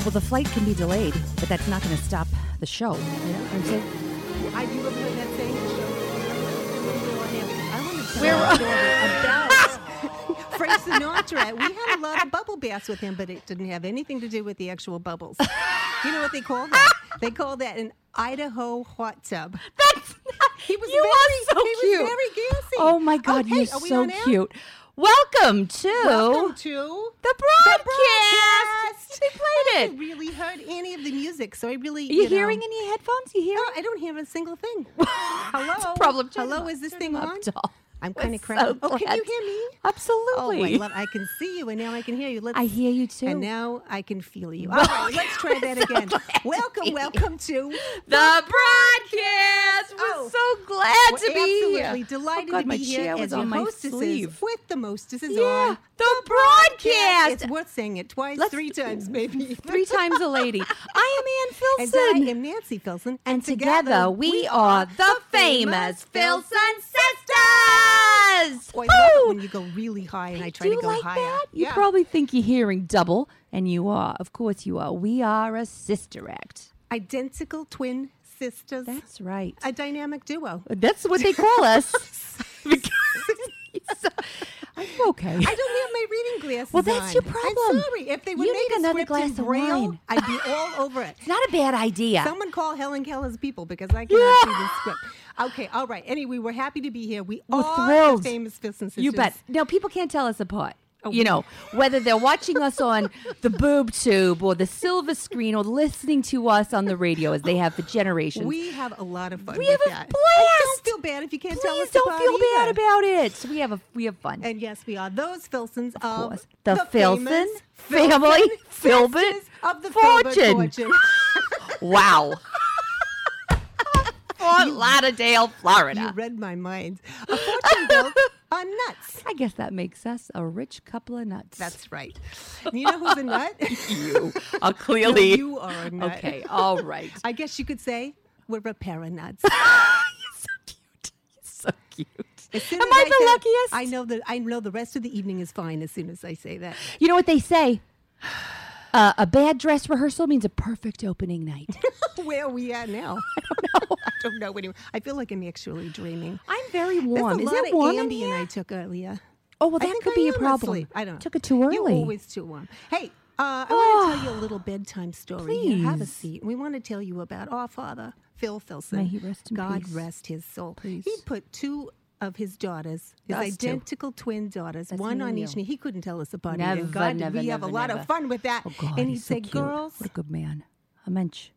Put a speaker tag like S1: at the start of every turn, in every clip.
S1: Well, the flight can be delayed, but that's not going to stop the show. You know what I'm saying?
S2: I do remember that same show. I wonder if
S1: We're-
S2: someone told her about Frank Sinatra. We had a lot of bubble baths with him, but it didn't have anything to do with the actual bubbles. Do you know what they call that? They call that an Idaho hot tub.
S1: That's not,
S2: He was
S1: you
S2: very-
S1: are so
S2: he was
S1: cute.
S2: very gassy.
S1: Oh my God,
S2: Okay,
S1: you're
S2: are we
S1: so
S2: on air?
S1: cute. Welcome to
S2: Welcome to
S1: the
S2: the
S1: broadcast.
S2: broadcast.
S1: They played
S2: I
S1: it.
S2: really heard any of the music, so I really
S1: Are you,
S2: know-
S1: hearing any headphones? You hearing?
S2: No, I don't hear a single thing. Hello.
S1: It's a problem. Turn
S2: Hello,
S1: them up.
S2: is this
S1: Turn
S2: thing
S1: them up,
S2: on?
S1: doll.
S2: I'm
S1: We're
S2: kind of
S1: so
S2: cramped. oh, can you
S1: glad.
S2: hear me?
S1: Absolutely.
S2: Oh, I love. I can see you, and now I can hear you. Let's,
S1: I hear you too.
S2: And now I can feel you. All right, let's try that again. Welcome, welcome to
S1: the broadcast. We're
S2: Oh.
S1: so glad
S2: We're
S1: to be
S2: absolutely
S1: here.
S2: delighted
S1: oh God,
S2: to
S1: my
S2: be here
S1: chair
S2: as
S1: was
S2: your
S1: on my
S2: hostesses
S1: sleeve.
S2: with the mostesses
S1: Yeah,
S2: on.
S1: the
S2: Yes,
S1: broadcast.
S2: it's worth saying it twice,
S1: Let's-
S2: three times, maybe.
S1: Three times a lady. I am Ann
S2: And
S1: Filson.
S2: I am Nancy Filson,
S1: And together we are the famous Filson Sisters.
S2: Oh, I love it
S1: Woo!
S2: when you go really high and I try
S1: Do you
S2: to go
S1: like
S2: higher.
S1: that? You
S2: Yeah.
S1: probably think you're hearing double, and you are. Of course, you are. We are a sister act.
S2: Identical twin sisters.
S1: That's right.
S2: a dynamic duo.
S1: That's what they call us. Because- I'm okay.
S2: I don't have my reading glasses.
S1: Well, that's
S2: on.
S1: your problem.
S2: I'm sorry. If they would
S1: You
S2: make
S1: need
S2: a
S1: another
S2: script in
S1: glass of
S2: braille,
S1: wine.
S2: I'd be all over it.
S1: it's not a bad idea.
S2: Someone call Helen Keller's people because I cannot see this script. Okay, all right. Anyway, we're happy to be here. We
S1: We're
S2: are
S1: thrilled.
S2: the famous Fifths and Sisters.
S1: You bet. No, people can't tell us apart. You know, whether they're watching us on the boob tube or the silver screen or listening to us on the radio as they have for generations.
S2: We have a lot of fun.
S1: We have
S2: with
S1: a
S2: that.
S1: blast.
S2: And don't feel bad if you can't tell us
S1: Please don't
S2: about
S1: feel bad
S2: either.
S1: about it. We have a we have fun.
S2: And yes, we are those Filsons of,
S1: course. The
S2: famous
S1: Filson family Filbert
S2: sisters of the
S1: fortune.
S2: Filbert fortune.
S1: wow. Fort Lauderdale,
S2: you
S1: Florida.
S2: read my mind. A fortune built on nuts.
S1: I guess that makes us a rich couple of nuts.
S2: That's right. You know who's a nut?
S1: you. Uh,
S2: No,
S1: clearly.
S2: you are a nut.
S1: okay. All right.
S2: I guess you could say we're a pair of nuts.
S1: You're so cute. You're so cute.
S2: As soon
S1: Am
S2: as
S1: I the
S2: say-
S1: luckiest?
S2: I know that I know the rest of the evening is fine as soon as I say that.
S1: You know what they say? Uh, a bad dress rehearsal means a perfect opening night.
S2: Where we at now? I don't know. I don't know anymore. I feel like I'm actually dreaming.
S1: I'm very
S2: There's
S1: warm.
S2: a
S1: Is
S2: lot
S1: it
S2: of
S1: warm in
S2: Ambien
S1: here?
S2: I took earlier.
S1: oh well,
S2: I
S1: that
S2: think
S1: could
S2: I
S1: be a
S2: am
S1: problem.
S2: asleep. I don't know.
S1: Took it too early. Oh.
S2: You're always too warm. Hey, uh, I want to tell you a little bedtime story. Here, have a
S1: Please.
S2: seat. We want to tell you about our father, Phil Filson.
S1: May he rest in
S2: God
S1: peace.
S2: rest his soul.
S1: Please.
S2: He put two of his daughters, his
S1: Us two.
S2: identical twin daughters, one
S1: me
S2: on
S1: and
S2: each
S1: you.
S2: knee. He couldn't tell us apart. either.
S1: Never,
S2: God,
S1: never,
S2: we have a
S1: never,
S2: lot
S1: never.
S2: of fun with that.
S1: Oh God,
S2: and he'd
S1: he's so
S2: say,
S1: cute.
S2: "Girls,
S1: what a good man, a mensch.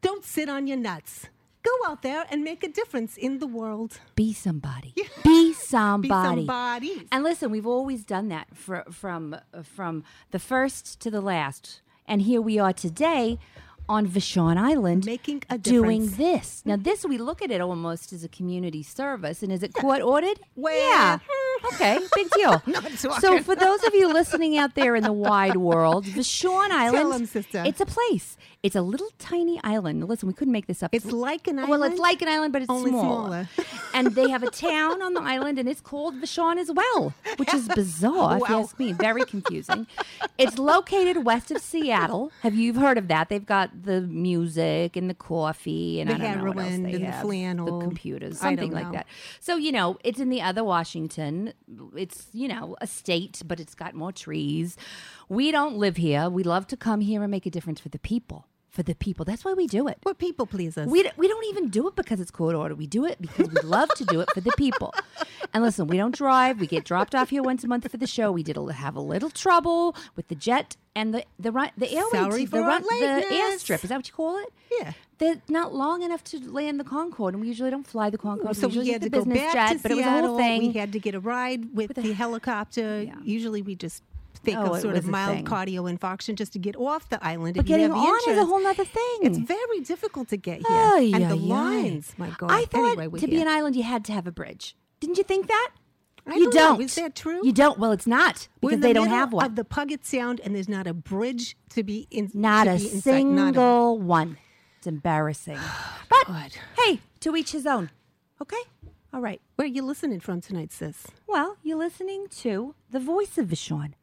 S2: don't sit on your nuts. Go out there and make a difference in the world.
S1: Be somebody. Be
S2: Be
S1: somebody.
S2: somebody."
S1: And listen, we've always done that fr- from uh, from the first to the last, and here we are today on Vashon Island,
S2: Making a
S1: doing
S2: difference. Mm-hmm.
S1: this. Now, this we look at it almost as a community service, and is it court ordered?
S2: Well,
S1: yeah. Okay, big deal.
S2: Not sure.
S1: so, for those of you listening out there in the wide world, Vashon Island,
S2: 'em, sister.
S1: it's a place. It's a little tiny island. Listen, we couldn't make this up.
S2: It's like an
S1: Well,
S2: island,
S1: it's like an island, but it's
S2: only
S1: smaller.
S2: smaller.
S1: and they have a town on the island, and it's called Vashon as well, which is bizarre, if you
S2: Wow.
S1: ask me. Very confusing. it's located west of Seattle. Have you you've heard of that? They've got the music and the coffee, and
S2: The
S1: I don't know what else
S2: heroin
S1: they
S2: and the
S1: have.
S2: flannel.
S1: the computers,
S2: I don't
S1: something like
S2: know.
S1: that. So you know, it's in the other Washington. It's you know a state, but it's got more trees. We don't live here. We love to come here and make a difference for the people. For the people. That's why we do it.
S2: We're people pleasers.
S1: We, d- we don't even do it because it's court order. We do it because we love to do it for the people. And listen, we don't drive. We get dropped off here once a month for the show. We did a, have a little trouble with the jet and the the run, the airway
S2: Sorry
S1: to-
S2: for
S1: the,
S2: our
S1: run, the
S2: lateness.
S1: airstrip. Is that what you call it?
S2: Yeah.
S1: They're not long enough to land the Concorde, and we usually don't fly the Concorde.
S2: so
S1: we
S2: we
S1: usually
S2: had
S1: get the
S2: to go
S1: business
S2: back
S1: jet,
S2: to
S1: but it was a
S2: Seattle.
S1: whole thing.
S2: We had to get a ride with the helicopter.
S1: Yeah.
S2: Usually, we just think
S1: Oh,
S2: of
S1: it
S2: sort of
S1: was a
S2: mild
S1: thing.
S2: cardio infarction just to get off the island.
S1: but
S2: if you
S1: getting
S2: have
S1: on
S2: the
S1: is a
S2: insurance.
S1: whole other thing.
S2: It's very difficult to get here,
S1: Ay,
S2: and
S1: ay,
S2: the
S1: ay.
S2: lines. My God!
S1: I thought
S2: anyway, we're
S1: to be
S2: here.
S1: an island, you had to have a bridge. Didn't you think that?
S2: I
S1: you
S2: don't know.
S1: don't.
S2: Is that true?
S1: You don't. Well, it's not
S2: We're
S1: because
S2: in
S1: they
S2: the
S1: don't
S2: middle
S1: have one.
S2: Of the Puget Sound, and there's not a bridge to be in.
S1: not
S2: to
S1: a
S2: be in sight. Not a-
S1: single one. It's embarrassing. But
S2: God.
S1: hey, to each his own. Okay. All right.
S2: Where are you listening from tonight, sis?
S1: Well, you're listening to the voice of Vishon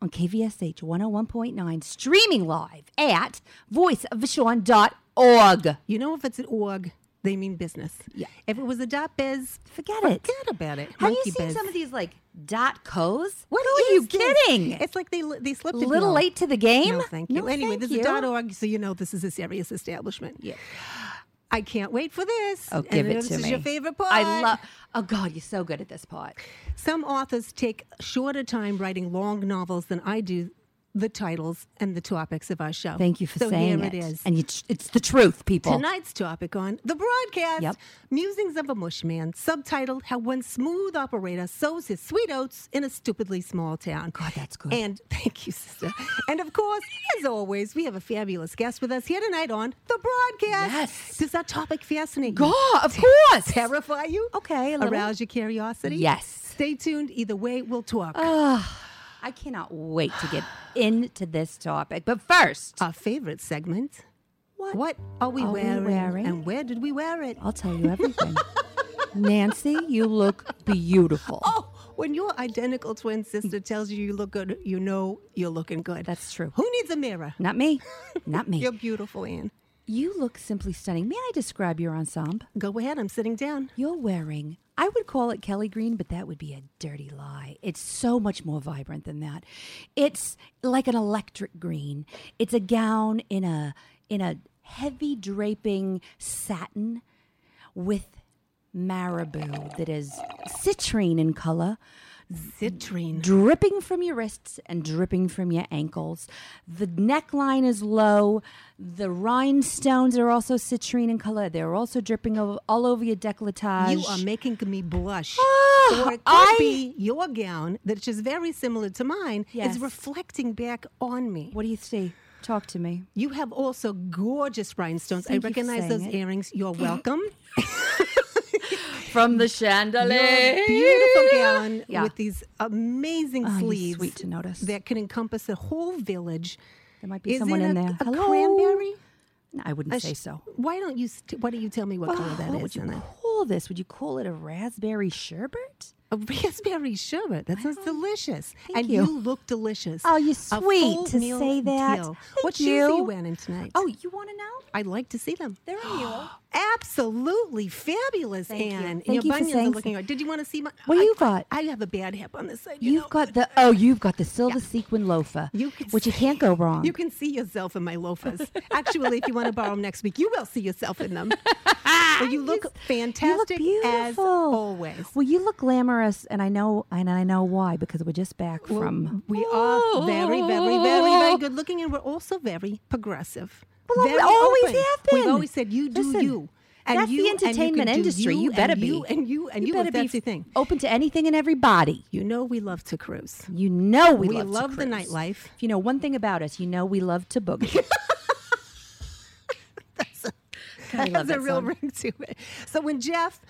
S1: on KVSH 101.9, streaming live at voiceofvashon.org.
S2: You know, if it's an org, they mean business.
S1: Yeah.
S2: If it was a dot biz,
S1: Forget it.
S2: forget about it.
S1: Have you
S2: Monkey
S1: seen
S2: biz.
S1: some of these like dot co's?
S2: What
S1: Who are you
S2: is this?
S1: kidding?
S2: It's like they they slipped
S1: a
S2: it
S1: little
S2: now.
S1: late to the game.
S2: No, thank you. anyway,
S1: thank
S2: this
S1: you.
S2: is dot org, so you know this is a serious establishment.
S1: Yeah.
S2: I can't wait for this.
S1: Oh,
S2: And
S1: give
S2: I
S1: it
S2: know
S1: to
S2: this
S1: me.
S2: is your favorite part.
S1: I love. Oh God, you're so good at this part.
S2: Some authors take shorter time writing long novels than I do. The titles and the topics of our show.
S1: Thank you for
S2: so
S1: saying
S2: here it is.
S1: And you, it's the truth, people.
S2: Tonight's topic on the broadcast
S1: Yep.
S2: Musings of a Mushman, subtitled How One Smooth Operator Sows His Sweet Oats in a Stupidly Small Town.
S1: God, Oh, that's good.
S2: And thank you, sister. and of course, as always, we have a fabulous guest with us here tonight on the broadcast.
S1: Yes.
S2: Does that topic fascinate you?
S1: God, of course.
S2: Terrify you?
S1: Okay, a little.
S2: Arouse your curiosity?
S1: Yes.
S2: Stay tuned. Either way, we'll talk.
S1: I cannot wait to get into this topic. But first,
S2: Our favorite segment.
S1: What
S2: What are we,
S1: are we
S2: wearing,
S1: wearing?
S2: And where did we wear it?
S1: I'll tell you everything. Nancy, you look beautiful.
S2: Oh, when your identical twin sister tells you you look good, you know you're looking good.
S1: That's true.
S2: Who needs a mirror?
S1: Not me. Not me.
S2: You're beautiful, Anne.
S1: You look simply stunning. May I describe your ensemble?
S2: Go ahead. I'm sitting down.
S1: You're wearing, I would call it Kelly Green, but that would be a dirty lie. It's so much more vibrant than that. It's like an electric green. It's a gown in a in a heavy draping satin with marabou that is citrine in color
S2: Citrine.
S1: dripping from your wrists and dripping from your ankles. The neckline is low. The rhinestones are also citrine in color. They're also dripping over, all over your decolletage.
S2: You are making me blush.
S1: Ah,
S2: or it could
S1: I-
S2: be your gown, that's just very similar to mine,
S1: Yes.
S2: is reflecting back on me.
S1: what do you see? Talk to me.
S2: You have also gorgeous rhinestones.
S1: Thank
S2: I
S1: you for
S2: recognize
S1: saying
S2: those
S1: it.
S2: earrings. You're welcome.
S1: From the chandelier.
S2: Your beautiful gown
S1: Yeah.
S2: with these amazing
S1: you're
S2: sleeves.
S1: sweet to notice.
S2: That can encompass a whole village.
S1: There might be
S2: Is
S1: someone
S2: it
S1: in
S2: a-
S1: there.
S2: a
S1: Hello?
S2: cranberry?
S1: No, I wouldn't
S2: A
S1: say
S2: sh-
S1: so.
S2: Why don't you? St- why don't you tell me what color
S1: Oh,
S2: that
S1: what
S2: is?
S1: would you
S2: and I-
S1: call this? Would you call it a raspberry sherbet?
S2: A raspberry sherbet. That sounds delicious. and
S1: you.
S2: you. look delicious.
S1: Oh, you're
S2: A
S1: sweet to
S2: full-meal
S1: say that.
S2: deal.
S1: Thank
S2: What shoes are
S1: you.
S2: you wearing tonight?
S1: Oh, you want to know?
S2: I'd like to see them.
S1: They're a mule.
S2: Absolutely fabulous,
S1: Thank you.
S2: Anne. And
S1: Thank you for
S2: your bunions
S1: saying
S2: are
S1: so.
S2: looking right. Did you want to see my?
S1: What
S2: I,
S1: you got?
S2: I have a bad hip on this side. You
S1: You've
S2: know? uh,
S1: got the oh, you've got the silver sequin loafer,
S2: You can
S1: which you
S2: see-
S1: can't go wrong.
S2: You can see yourself in my loafers. Actually, if you want to borrow them next week, you will see yourself in them. But you look
S1: You look
S2: fantastic as
S1: beautiful
S2: always.
S1: Well, you look glamorous, and I know, and I know why because we're just back from.
S2: We are very, very, very, very good looking, and we're also very progressive.
S1: Well,
S2: very
S1: we always
S2: open.
S1: have
S2: We've
S1: been.
S2: always said, "You do
S1: Listen,
S2: you." And
S1: that's the
S2: you, and you
S1: entertainment
S2: can do
S1: industry. You
S2: and
S1: better
S2: you,
S1: be.
S2: and you and you.
S1: better
S2: and that's
S1: be
S2: the thing.
S1: open to anything and everybody.
S2: You know, we love to cruise.
S1: You know we,
S2: We
S1: to
S2: love the
S1: cruise.
S2: nightlife.
S1: If you know one thing about us, you know we love to boogie. I
S2: That
S1: love
S2: has a
S1: that
S2: real
S1: song.
S2: ring to it. So when Jeff.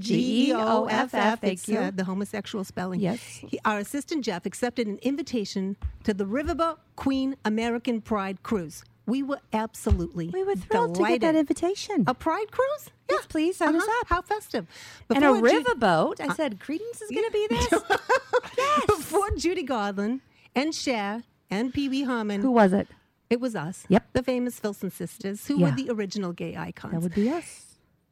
S2: G E O F
S1: G-E-O-F-F,
S2: F,
S1: thank
S2: it's
S1: you.
S2: uh, the homosexual spelling.
S1: Yes.
S2: He, our assistant Jeff accepted an invitation to the Riverboat Queen American Pride Cruise. We were absolutely
S1: We were thrilled to get that
S2: delighted.
S1: invitation.
S2: A pride cruise?
S1: Yes, please, sign us up. Uh,
S2: How festive.
S1: Uh-huh. and a
S2: Before Ju-
S1: riverboat. I said, Credence is going to be this.
S2: Before Judy Garland and Cher and Pee Wee Harmon,
S1: Who was it?
S2: it was us.
S1: Yep.
S2: The famous Filson sisters, who
S1: Yeah.
S2: were the original gay icons.
S1: That would be us.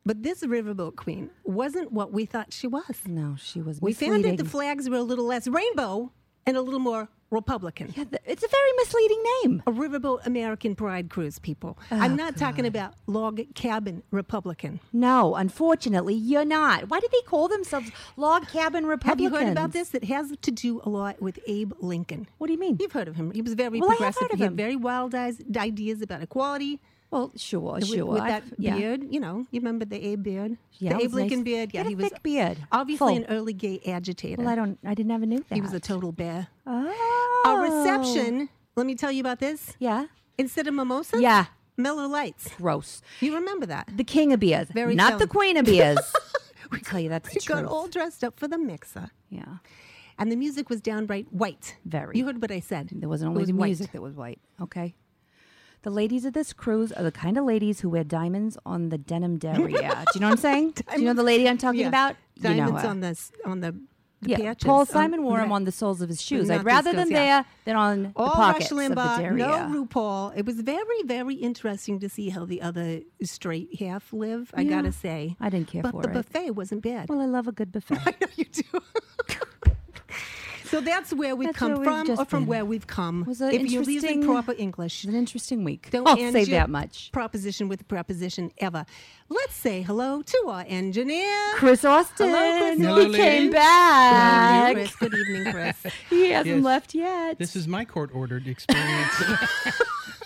S2: but this riverboat queen wasn't what we thought she was.
S1: No, she was.
S2: We found
S1: misleading.
S2: that the flags were a little less rainbow and a little more Republican.
S1: Yeah, th- it's a very misleading name.
S2: A riverboat American Pride cruise, people.
S1: Oh,
S2: I'm not talking about log cabin Republican.
S1: No, unfortunately, you're not. Why do they call themselves log cabin
S2: Have
S1: Republicans?
S2: you heard about this? It has to do a lot with Abe Lincoln.
S1: What do you mean?
S2: You've heard of him. He was very
S1: Well, I have
S2: progressive.
S1: heard of
S2: he had
S1: him.
S2: very wild eyes, ideas about equality.
S1: Well, sure,
S2: With,
S1: sure.
S2: with that
S1: I've- yeah.
S2: beard, you know, you remember the Abe beard?
S1: Yeah, it
S2: the
S1: was
S2: Abe Lincoln
S1: nice.
S2: beard. Yeah,
S1: He had
S2: he
S1: a
S2: was
S1: thick beard.
S2: Obviously,
S1: Full.
S2: an early gay agitator.
S1: Well, I don't. I didn't ever knew that.
S2: he was a total bear.
S1: Oh.
S2: Our reception. Let me tell you about this.
S1: Yeah.
S2: Instead of mimosa,
S1: Yeah.
S2: Miller Lights.
S1: Gross.
S2: You remember that?
S1: The king of beers,
S2: Very
S1: not
S2: so.
S1: the queen of beers. we tell you that's the
S2: We got
S1: truth.
S2: all dressed up for the mixer,
S1: Yeah.
S2: and the music was downright white.
S1: Very.
S2: You heard what I said.
S1: There wasn't
S2: It
S1: only
S2: was
S1: the
S2: white.
S1: music that was white. Okay. The ladies of this cruise are the kind of ladies who wear diamonds on the denim derriere. Do you know what I'm saying? Do you know the lady I'm talking
S2: Yeah.
S1: about? You know
S2: Diamonds
S1: her.
S2: on the s- on the the patches. Um,
S1: Paul
S2: on-
S1: Simon wore them
S2: right.
S1: on the soles of his shoes.
S2: not
S1: I'd rather
S2: these
S1: them
S2: girls, yeah.
S1: there than on
S2: All
S1: the
S2: Rush
S1: pockets of the
S2: Limbaugh, no
S1: derriere.
S2: RuPaul. It was very, very interesting to see how the other straight half live. I
S1: Yeah.
S2: gotta say,
S1: I didn't care
S2: but
S1: for
S2: the
S1: it.
S2: buffet wasn't bad.
S1: well, I love a good buffet.
S2: know you do. so that's where we
S1: That's
S2: come
S1: where we've
S2: from,
S1: just
S2: or from
S1: been.
S2: where we've come.
S1: Was a
S2: if you're using
S1: interesting-
S2: proper English,
S1: It's an interesting week.
S2: don't
S1: I'll
S2: end
S1: say
S2: your
S1: that much.
S2: Proposition with preposition ever. Let's say hello to our engineer.
S1: Chris Austin.
S2: Chris
S1: he
S3: Austin.
S1: came
S2: Hello,
S3: Hello,
S1: back.
S2: Chris. Good evening, Chris.
S1: He hasn't
S3: Yes.
S1: left yet.
S3: This is my court ordered experience. Uh,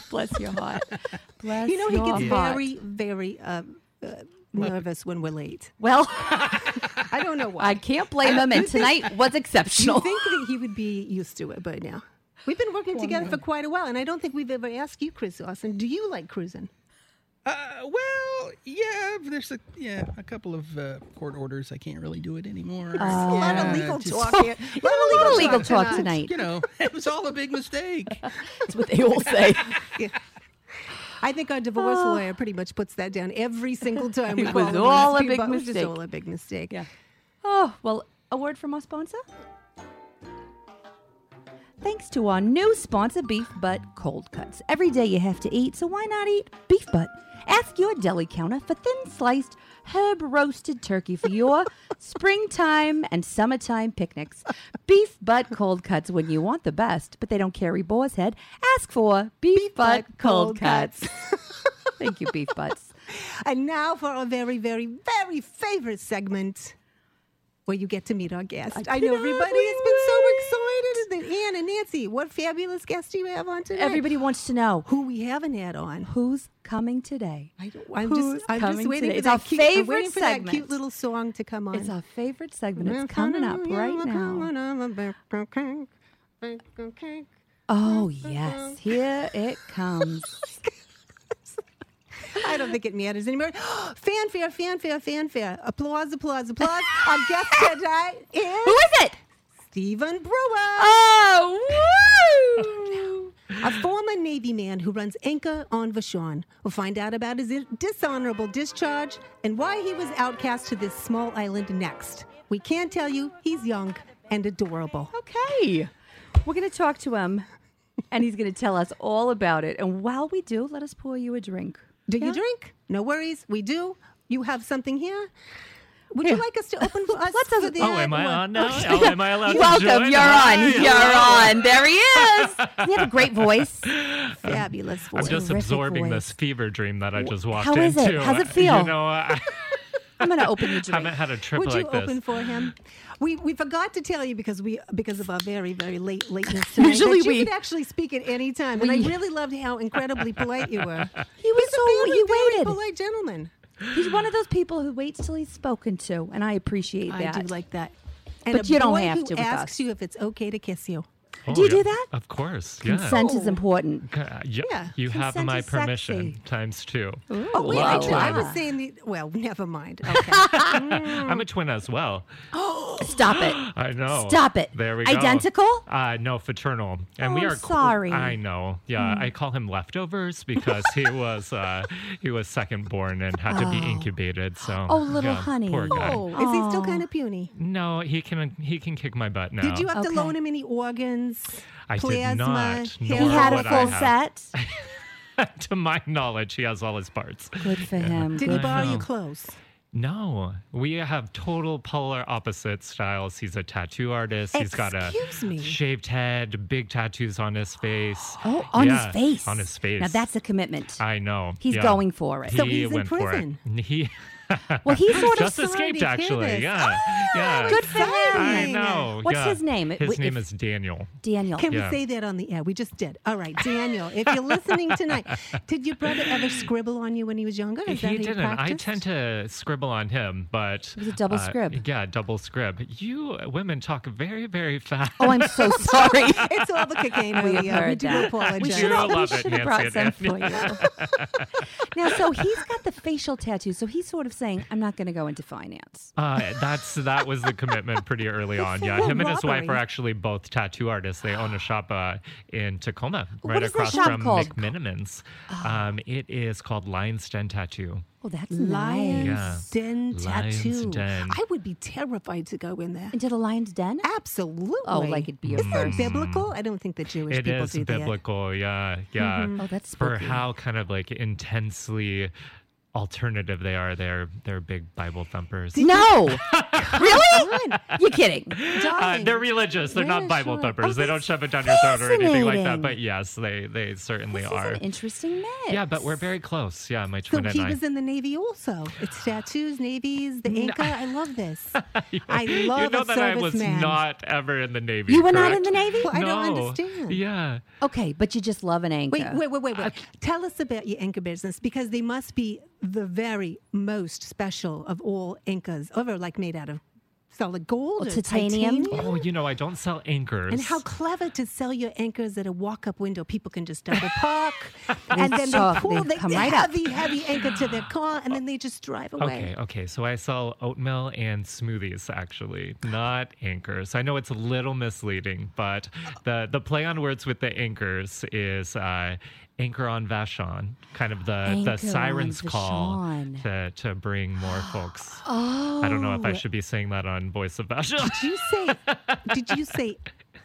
S1: Bless your heart. Bless
S2: you know, he
S1: your
S2: gets
S1: heart.
S2: very, very um, uh, nervous when we're late.
S1: well.
S2: I don't know why.
S1: I can't blame him, and tonight was
S2: you
S1: exceptional.
S2: think that he would be used to it by now. We've been working together for quite a while, and I don't think we've ever asked you, Chris Austin, do you like cruising?
S3: uh, well, yeah, there's a yeah a couple of uh, court orders. I can't really do it anymore.
S2: A lot
S3: Yeah,
S2: of legal
S3: just-
S2: talk here. A lot
S1: a lot of legal talk tonight.
S3: You know, it was all a big mistake.
S1: That's what they all say.
S2: I think our divorce lawyer pretty much puts that down every single time. we
S1: It
S2: call
S1: Ah. was
S2: him.
S1: all a
S2: It was
S1: big
S2: just
S1: mistake.
S2: all a big mistake.
S1: Yeah. Oh, well, a word from our sponsor? Thanks to our new sponsor, Beef Butt Cold Cuts. Every day you have to eat, so why not eat beef butt? Ask your deli counter for thin sliced herb roasted turkey for your springtime and summertime picnics. Beef Butt Cold Cuts when you want the best, but they don't carry boar's head. Ask for Beef, Butt, Cold, cuts. Thank you, Beef Butts.
S2: and now for our very, very, very favorite segment. Where you get to meet our guest. I, know
S1: cannot
S2: everybody has been so excited. And Ann and Nancy, what fabulous guest do you have on today?
S1: Everybody wants to know
S2: who we haven't had on.
S1: who's coming today?
S2: I don't, I'm
S1: Who's
S2: just, I'm just
S1: coming
S2: waiting
S1: today?
S2: for
S1: It's
S2: that
S1: our
S2: cute, I'm
S1: favorite
S2: waiting for that cute
S1: segment.
S2: little song to come on.
S1: It's our favorite segment. It's coming up right now. Oh, yes. Here it comes.
S2: I don't think it matters anymore. fanfare, fanfare, fanfare. Applause, applause, applause. Our guest today
S1: Who
S2: is
S1: is it?
S2: Stephen Brewer,
S1: Oh, woo!
S2: a former Navy man who runs Anchor on Vashon. We'll find out about his dishonorable discharge and why he was outcast to this small island next. We can tell you he's young and adorable.
S1: Okay. We're going to talk to him, and he's going to tell us all about it. And while we do, let us pour you a drink.
S2: Do you
S1: Yeah?
S2: drink? No worries. We do. You have something here. Would you
S1: Here.
S2: like us to open for us?
S1: Let's
S2: for
S1: open-
S2: the,
S4: Oh, am I
S2: uh,
S4: on now? Oh, am I allowed to join?
S1: Welcome. You're
S4: Hi,
S1: on.
S4: hello.
S1: You're on. There he is. You have a great voice.
S2: Fabulous voice.
S4: I'm just
S1: Terrific
S4: absorbing
S1: voice.
S4: this fever dream that I just walked
S1: How is
S4: into.
S1: it? How's it
S4: I-
S1: feel?
S4: You know, I
S1: I'm going to open your drink.
S4: haven't had a trip
S2: Would
S4: like
S2: you
S4: this.
S2: open for him? We we forgot to tell you because we because of our very very late lateness. Tonight,
S1: Usually
S2: that you
S1: we-
S2: could actually speak at any time, and I really loved how incredibly polite you were.
S1: He was
S2: He's a
S1: so,
S2: very,
S1: he
S2: very
S1: waited.
S2: polite gentleman.
S1: He's one of those people who waits till he's spoken to, and I appreciate that.
S2: I do like that. And
S1: But
S2: a
S1: you don't
S2: boy
S1: have
S2: who
S1: to with
S2: asks
S1: us.
S2: you if it's okay to kiss you.
S4: Oh,
S1: Do you
S4: yeah.
S1: do that?
S4: Of course. Yeah.
S1: Consent is important.
S4: Uh, yeah.
S2: Yeah.
S4: You have
S1: Consent
S4: my
S1: is
S4: permission
S1: sexy.
S4: times two.
S2: Oh wait, I,
S4: Wow.
S2: did- I was saying the well, never mind. Okay.
S4: I'm a twin as well.
S1: Stop it.
S4: I know.
S1: Stop it.
S4: There we go.
S1: Identical?
S4: Uh, no, fraternal. And
S1: Oh,
S4: we
S1: I'm
S4: are co-
S1: sorry. Hmm.
S4: I know. Yeah, I call him leftovers because he was uh, he was second born and had to be incubated. So
S1: Oh, little
S4: yeah,
S1: honey.
S4: Poor guy.
S2: oh, is he still
S1: Aw.
S2: kind of puny?
S4: No, he can he can kick my butt now.
S2: Did you have to
S1: Okay.
S2: loan him any organs?
S4: I did
S2: plasma?
S4: not,
S2: hair-
S1: He
S4: Or
S1: had a
S4: what I
S1: full
S4: have.
S1: set.
S4: to my knowledge, he has all his parts.
S1: Good for him.
S2: Did
S1: Good
S2: he
S1: for
S2: borrow your
S4: know.
S2: clothes?
S4: No, we have total polar opposite styles. He's a tattoo artist. He's got a
S2: Excuse me?
S4: shaved head, big tattoos on his face.
S1: Oh, on
S4: Yeah,
S1: his face.
S4: On his face.
S1: Now that's a commitment.
S4: I know.
S1: He's
S4: yeah.
S1: going for it.
S4: He
S2: So he's in
S4: went
S2: prison.
S4: for it. He
S1: well, he sort of
S4: just escaped,
S2: to hear
S4: actually.
S2: this.
S4: Yeah. yeah.
S1: Ah, good for
S4: I
S1: him.
S2: Dang.
S4: know.
S1: What's
S4: yeah.
S1: his name? It-
S4: His
S1: if-
S4: name is Daniel.
S1: Daniel.
S2: Can
S4: Yeah.
S2: we say that on the air? We just did. All right, Daniel, if you're listening tonight, did your brother ever scribble on you when he was younger? Is that how
S4: he
S2: you
S4: didn't. I
S2: practiced?
S4: tend to scribble on him, but it
S1: was a double scrib.
S4: Yeah, double scrib. You women talk very, very fast.
S1: Oh, I'm so sorry.
S2: It's all the cocaine we,
S1: have
S2: we
S1: heard
S2: do
S1: that.
S2: apologize.
S1: we
S4: You
S1: should
S4: all
S1: have
S4: love it,
S1: brought
S4: Nancy
S1: some
S4: and
S1: for you. now, so he's got the facial tattoo, so he's sort of saying I'm not going to go into finance.
S4: Uh, that's that was the commitment pretty early on. Yeah, him and his wife are
S2: robbery.
S4: actually both tattoo artists. They own a shop uh, in Tacoma,
S1: What
S4: right
S1: is that
S4: across
S1: shop
S4: from
S1: called?
S4: McMinniman's. Um, it is called Lion's Den Tattoo.
S1: Oh, that's
S2: Lion's
S1: nice.
S4: Yeah.
S2: Den
S4: Lion's
S2: tattoo.
S4: Den.
S2: I would be terrified to go in there.
S1: Into the lion's den?
S2: Absolutely.
S1: Oh, like it'd be your
S2: Isn't that
S1: first.
S2: biblical? I don't think that Jewish
S4: It
S2: people
S4: is
S2: do that.
S4: biblical. Yeah, yeah.
S1: Oh, that's
S4: for
S1: spooky.
S4: how kind of like intensely alternative they are. They're they're big Bible thumpers.
S1: No, really? You're kidding.
S4: Uh,
S2: Darling,
S4: they're religious. They're
S1: Yeah,
S4: not Bible
S1: sure.
S4: thumpers.
S1: Oh,
S4: they don't
S1: that's
S4: shove it down your throat or anything like
S1: fascinating.
S4: that. But yes, they they certainly
S1: This is
S4: are.
S1: an interesting mix.
S4: Yeah, but we're very close. Yeah, my
S2: so
S4: twin
S2: he
S4: and I.
S2: was in the Navy also. It's tattoos, navies, the Inca. I love this. I love
S4: you know
S2: a
S4: that I was
S2: serviceman.
S4: not ever in the Navy.
S1: You were not in
S4: correct?
S1: the navy.
S2: Well, I don't
S4: No.
S2: understand.
S4: Yeah.
S1: Okay, but you just love an anchor.
S2: Wait, wait, wait, wait, wait. Tell us about your Inca business because they must be the very most special of all Incas ever, like made out of solid gold
S1: Or
S2: or
S1: titanium.
S2: titanium.
S4: Oh, you know, I don't sell anchors.
S2: And how clever to sell your anchors at a walk-up window. People can just double park, and then
S1: saw-
S2: they pull
S1: they
S2: the
S1: come right up.
S2: heavy, heavy anchor to their car, and then they just drive away.
S4: Okay, okay. So I sell oatmeal and smoothies actually, not anchors. I know it's a little misleading, but the the play on words with the anchors is uh, anchor on Vashon, kind of the
S1: Anchor
S4: the
S1: on
S4: sirens call
S1: Vashon.
S4: to, to bring more folks.
S1: Oh,
S4: I don't know if I should be saying that on Voice of Vashon.
S2: Did you say? did you say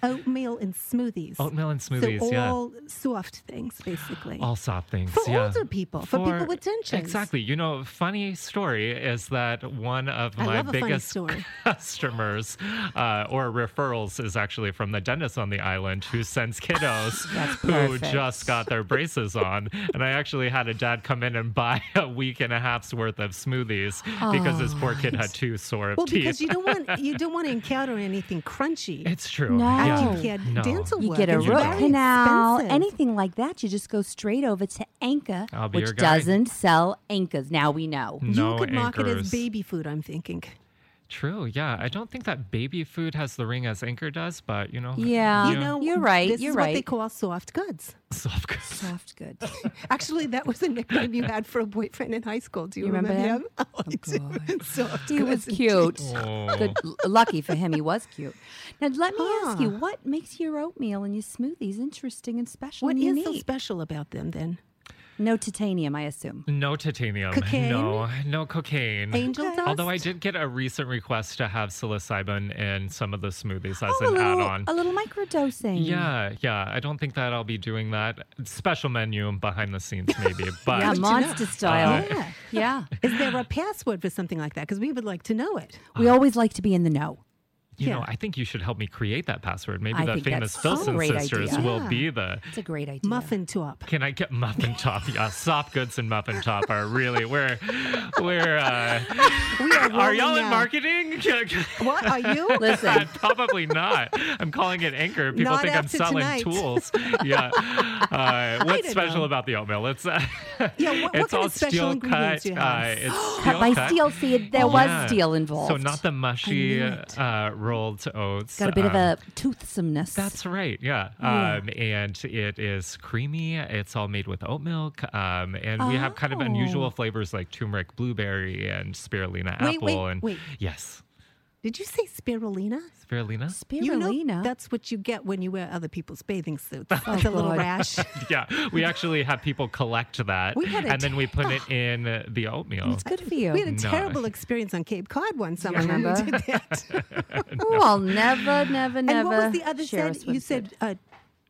S2: oatmeal and smoothies?
S4: oatmeal and smoothies,
S2: so
S4: yeah.
S2: all soft things, basically.
S4: all soft things
S2: For
S4: yeah.
S2: older people, for people with tensions.
S4: Exactly. You know, funny story is that one of
S2: I
S4: my
S2: love a funny
S4: biggest
S2: story.
S4: customers uh, or referrals is actually from the dentist on the island who sends kiddos
S1: That's
S4: who
S1: perfect.
S4: just got their braces on. And I actually had a dad come in and buy a week and a half's worth of smoothies because this poor kid had two sore of
S2: Oh. Well, because you
S4: teeth.
S2: don't want you don't want to encounter anything crunchy.
S4: it's true.
S1: No. I
S4: Yeah.
S1: don't
S2: After you had
S4: No.
S2: dental
S1: You
S2: work,
S1: get a
S2: it's
S4: you
S1: root
S4: go.
S2: very
S1: canal,
S2: expensive.
S1: anything like that. You just go straight over to Anka,
S4: I'll be your
S1: which
S4: guy. Mm.
S1: doesn't sell Ankas. Now we know.
S2: You
S4: no
S2: could market
S4: anchors.
S2: as baby food. I'm thinking.
S4: True. Yeah. I don't think that baby food has the ring as anchor does, but you know.
S1: Yeah,
S2: You know,
S1: you're right.
S2: This
S1: you're
S2: is
S1: right.
S2: what they call soft goods.
S4: Soft goods.
S1: Soft good.
S2: Actually, that was a nickname you had for a boyfriend in high school. Do you,
S1: You remember him?
S2: Oh, I do. Soft
S1: He was
S2: goods indeed.
S1: cute.
S4: Oh.
S1: Good, l- lucky for him, he was cute. Now let me ask you,
S2: Huh.
S1: what makes your oatmeal and your smoothies interesting and special
S2: What
S1: and
S2: is
S1: unique?
S2: so special about them then?
S1: no titanium, I assume.
S4: No titanium.
S2: Cocaine?
S4: No, no cocaine.
S2: Angel dust.
S4: Although I did get a recent request to have psilocybin in some of the smoothies as
S1: Oh, a
S4: an
S1: little,
S4: add-on.
S1: a little microdosing.
S4: yeah, yeah. I don't think that I'll be doing that. Special menu behind the scenes, maybe. But
S1: yeah, monster style.
S2: Yeah.
S1: yeah,
S2: Is there a password for something like that? Because we would like to know it.
S1: we always like to be in the know.
S4: you
S2: yeah.
S4: know, I think you should help me create that password. Maybe
S1: I
S4: the
S1: think
S4: famous
S1: that's a
S4: Filson
S1: great
S4: sisters
S1: idea.
S4: will
S2: Yeah.
S4: be the.
S1: It's a great idea.
S2: Muffin top.
S4: Can I get muffin top? Yeah, soft goods and muffin top are really we're we're. Uh,
S2: We are,
S4: are
S2: rolling
S4: y'all in
S2: now.
S4: marketing? uh,
S2: What are you?
S1: Listen,
S4: Probably not. I'm calling it anchor. People
S2: Not
S4: think I'm
S2: after
S4: selling
S2: tonight.
S4: tools. Yeah. Uh, what's
S2: don't
S4: special
S2: know.
S4: about the oatmeal? Let's. Uh,
S2: Yeah, what- what
S4: it's
S2: kind
S4: all
S2: of special
S4: steel
S2: ingredients
S4: cut.
S2: you have?
S4: Uh, it's
S1: cut
S4: steel
S1: by
S4: cut.
S1: steel. See, there
S4: Yeah.
S1: was steel involved.
S4: So not the mushy
S2: I knew it.
S4: uh, rolled oats.
S1: Got a bit of
S4: Um,
S1: a toothsomeness.
S4: That's right. Yeah. Um, and it is creamy. It's all made with oat milk. Um, and we have kind of
S1: Oh.
S4: unusual flavors like turmeric blueberry and spirulina
S2: Wait,
S4: apple.
S2: wait,
S4: and
S2: wait.
S4: yes,
S2: Did you say spirulina?
S4: spirulina.
S1: spirulina.
S2: You know, that's what you get when you wear other people's bathing suits.
S1: Oh,
S2: it's a little
S1: God.
S2: rash.
S4: Yeah, we actually had people collect that,
S2: We had a
S4: and then we put it in the oatmeal.
S1: it's good for you.
S2: We had a
S4: No.
S2: terrible experience on Cape Cod one summer when we
S1: Remember?
S2: did that.
S1: Oh, I'll never, never, never.
S2: and what was the other
S1: share a
S2: said? You
S1: swimsuit.
S2: said uh,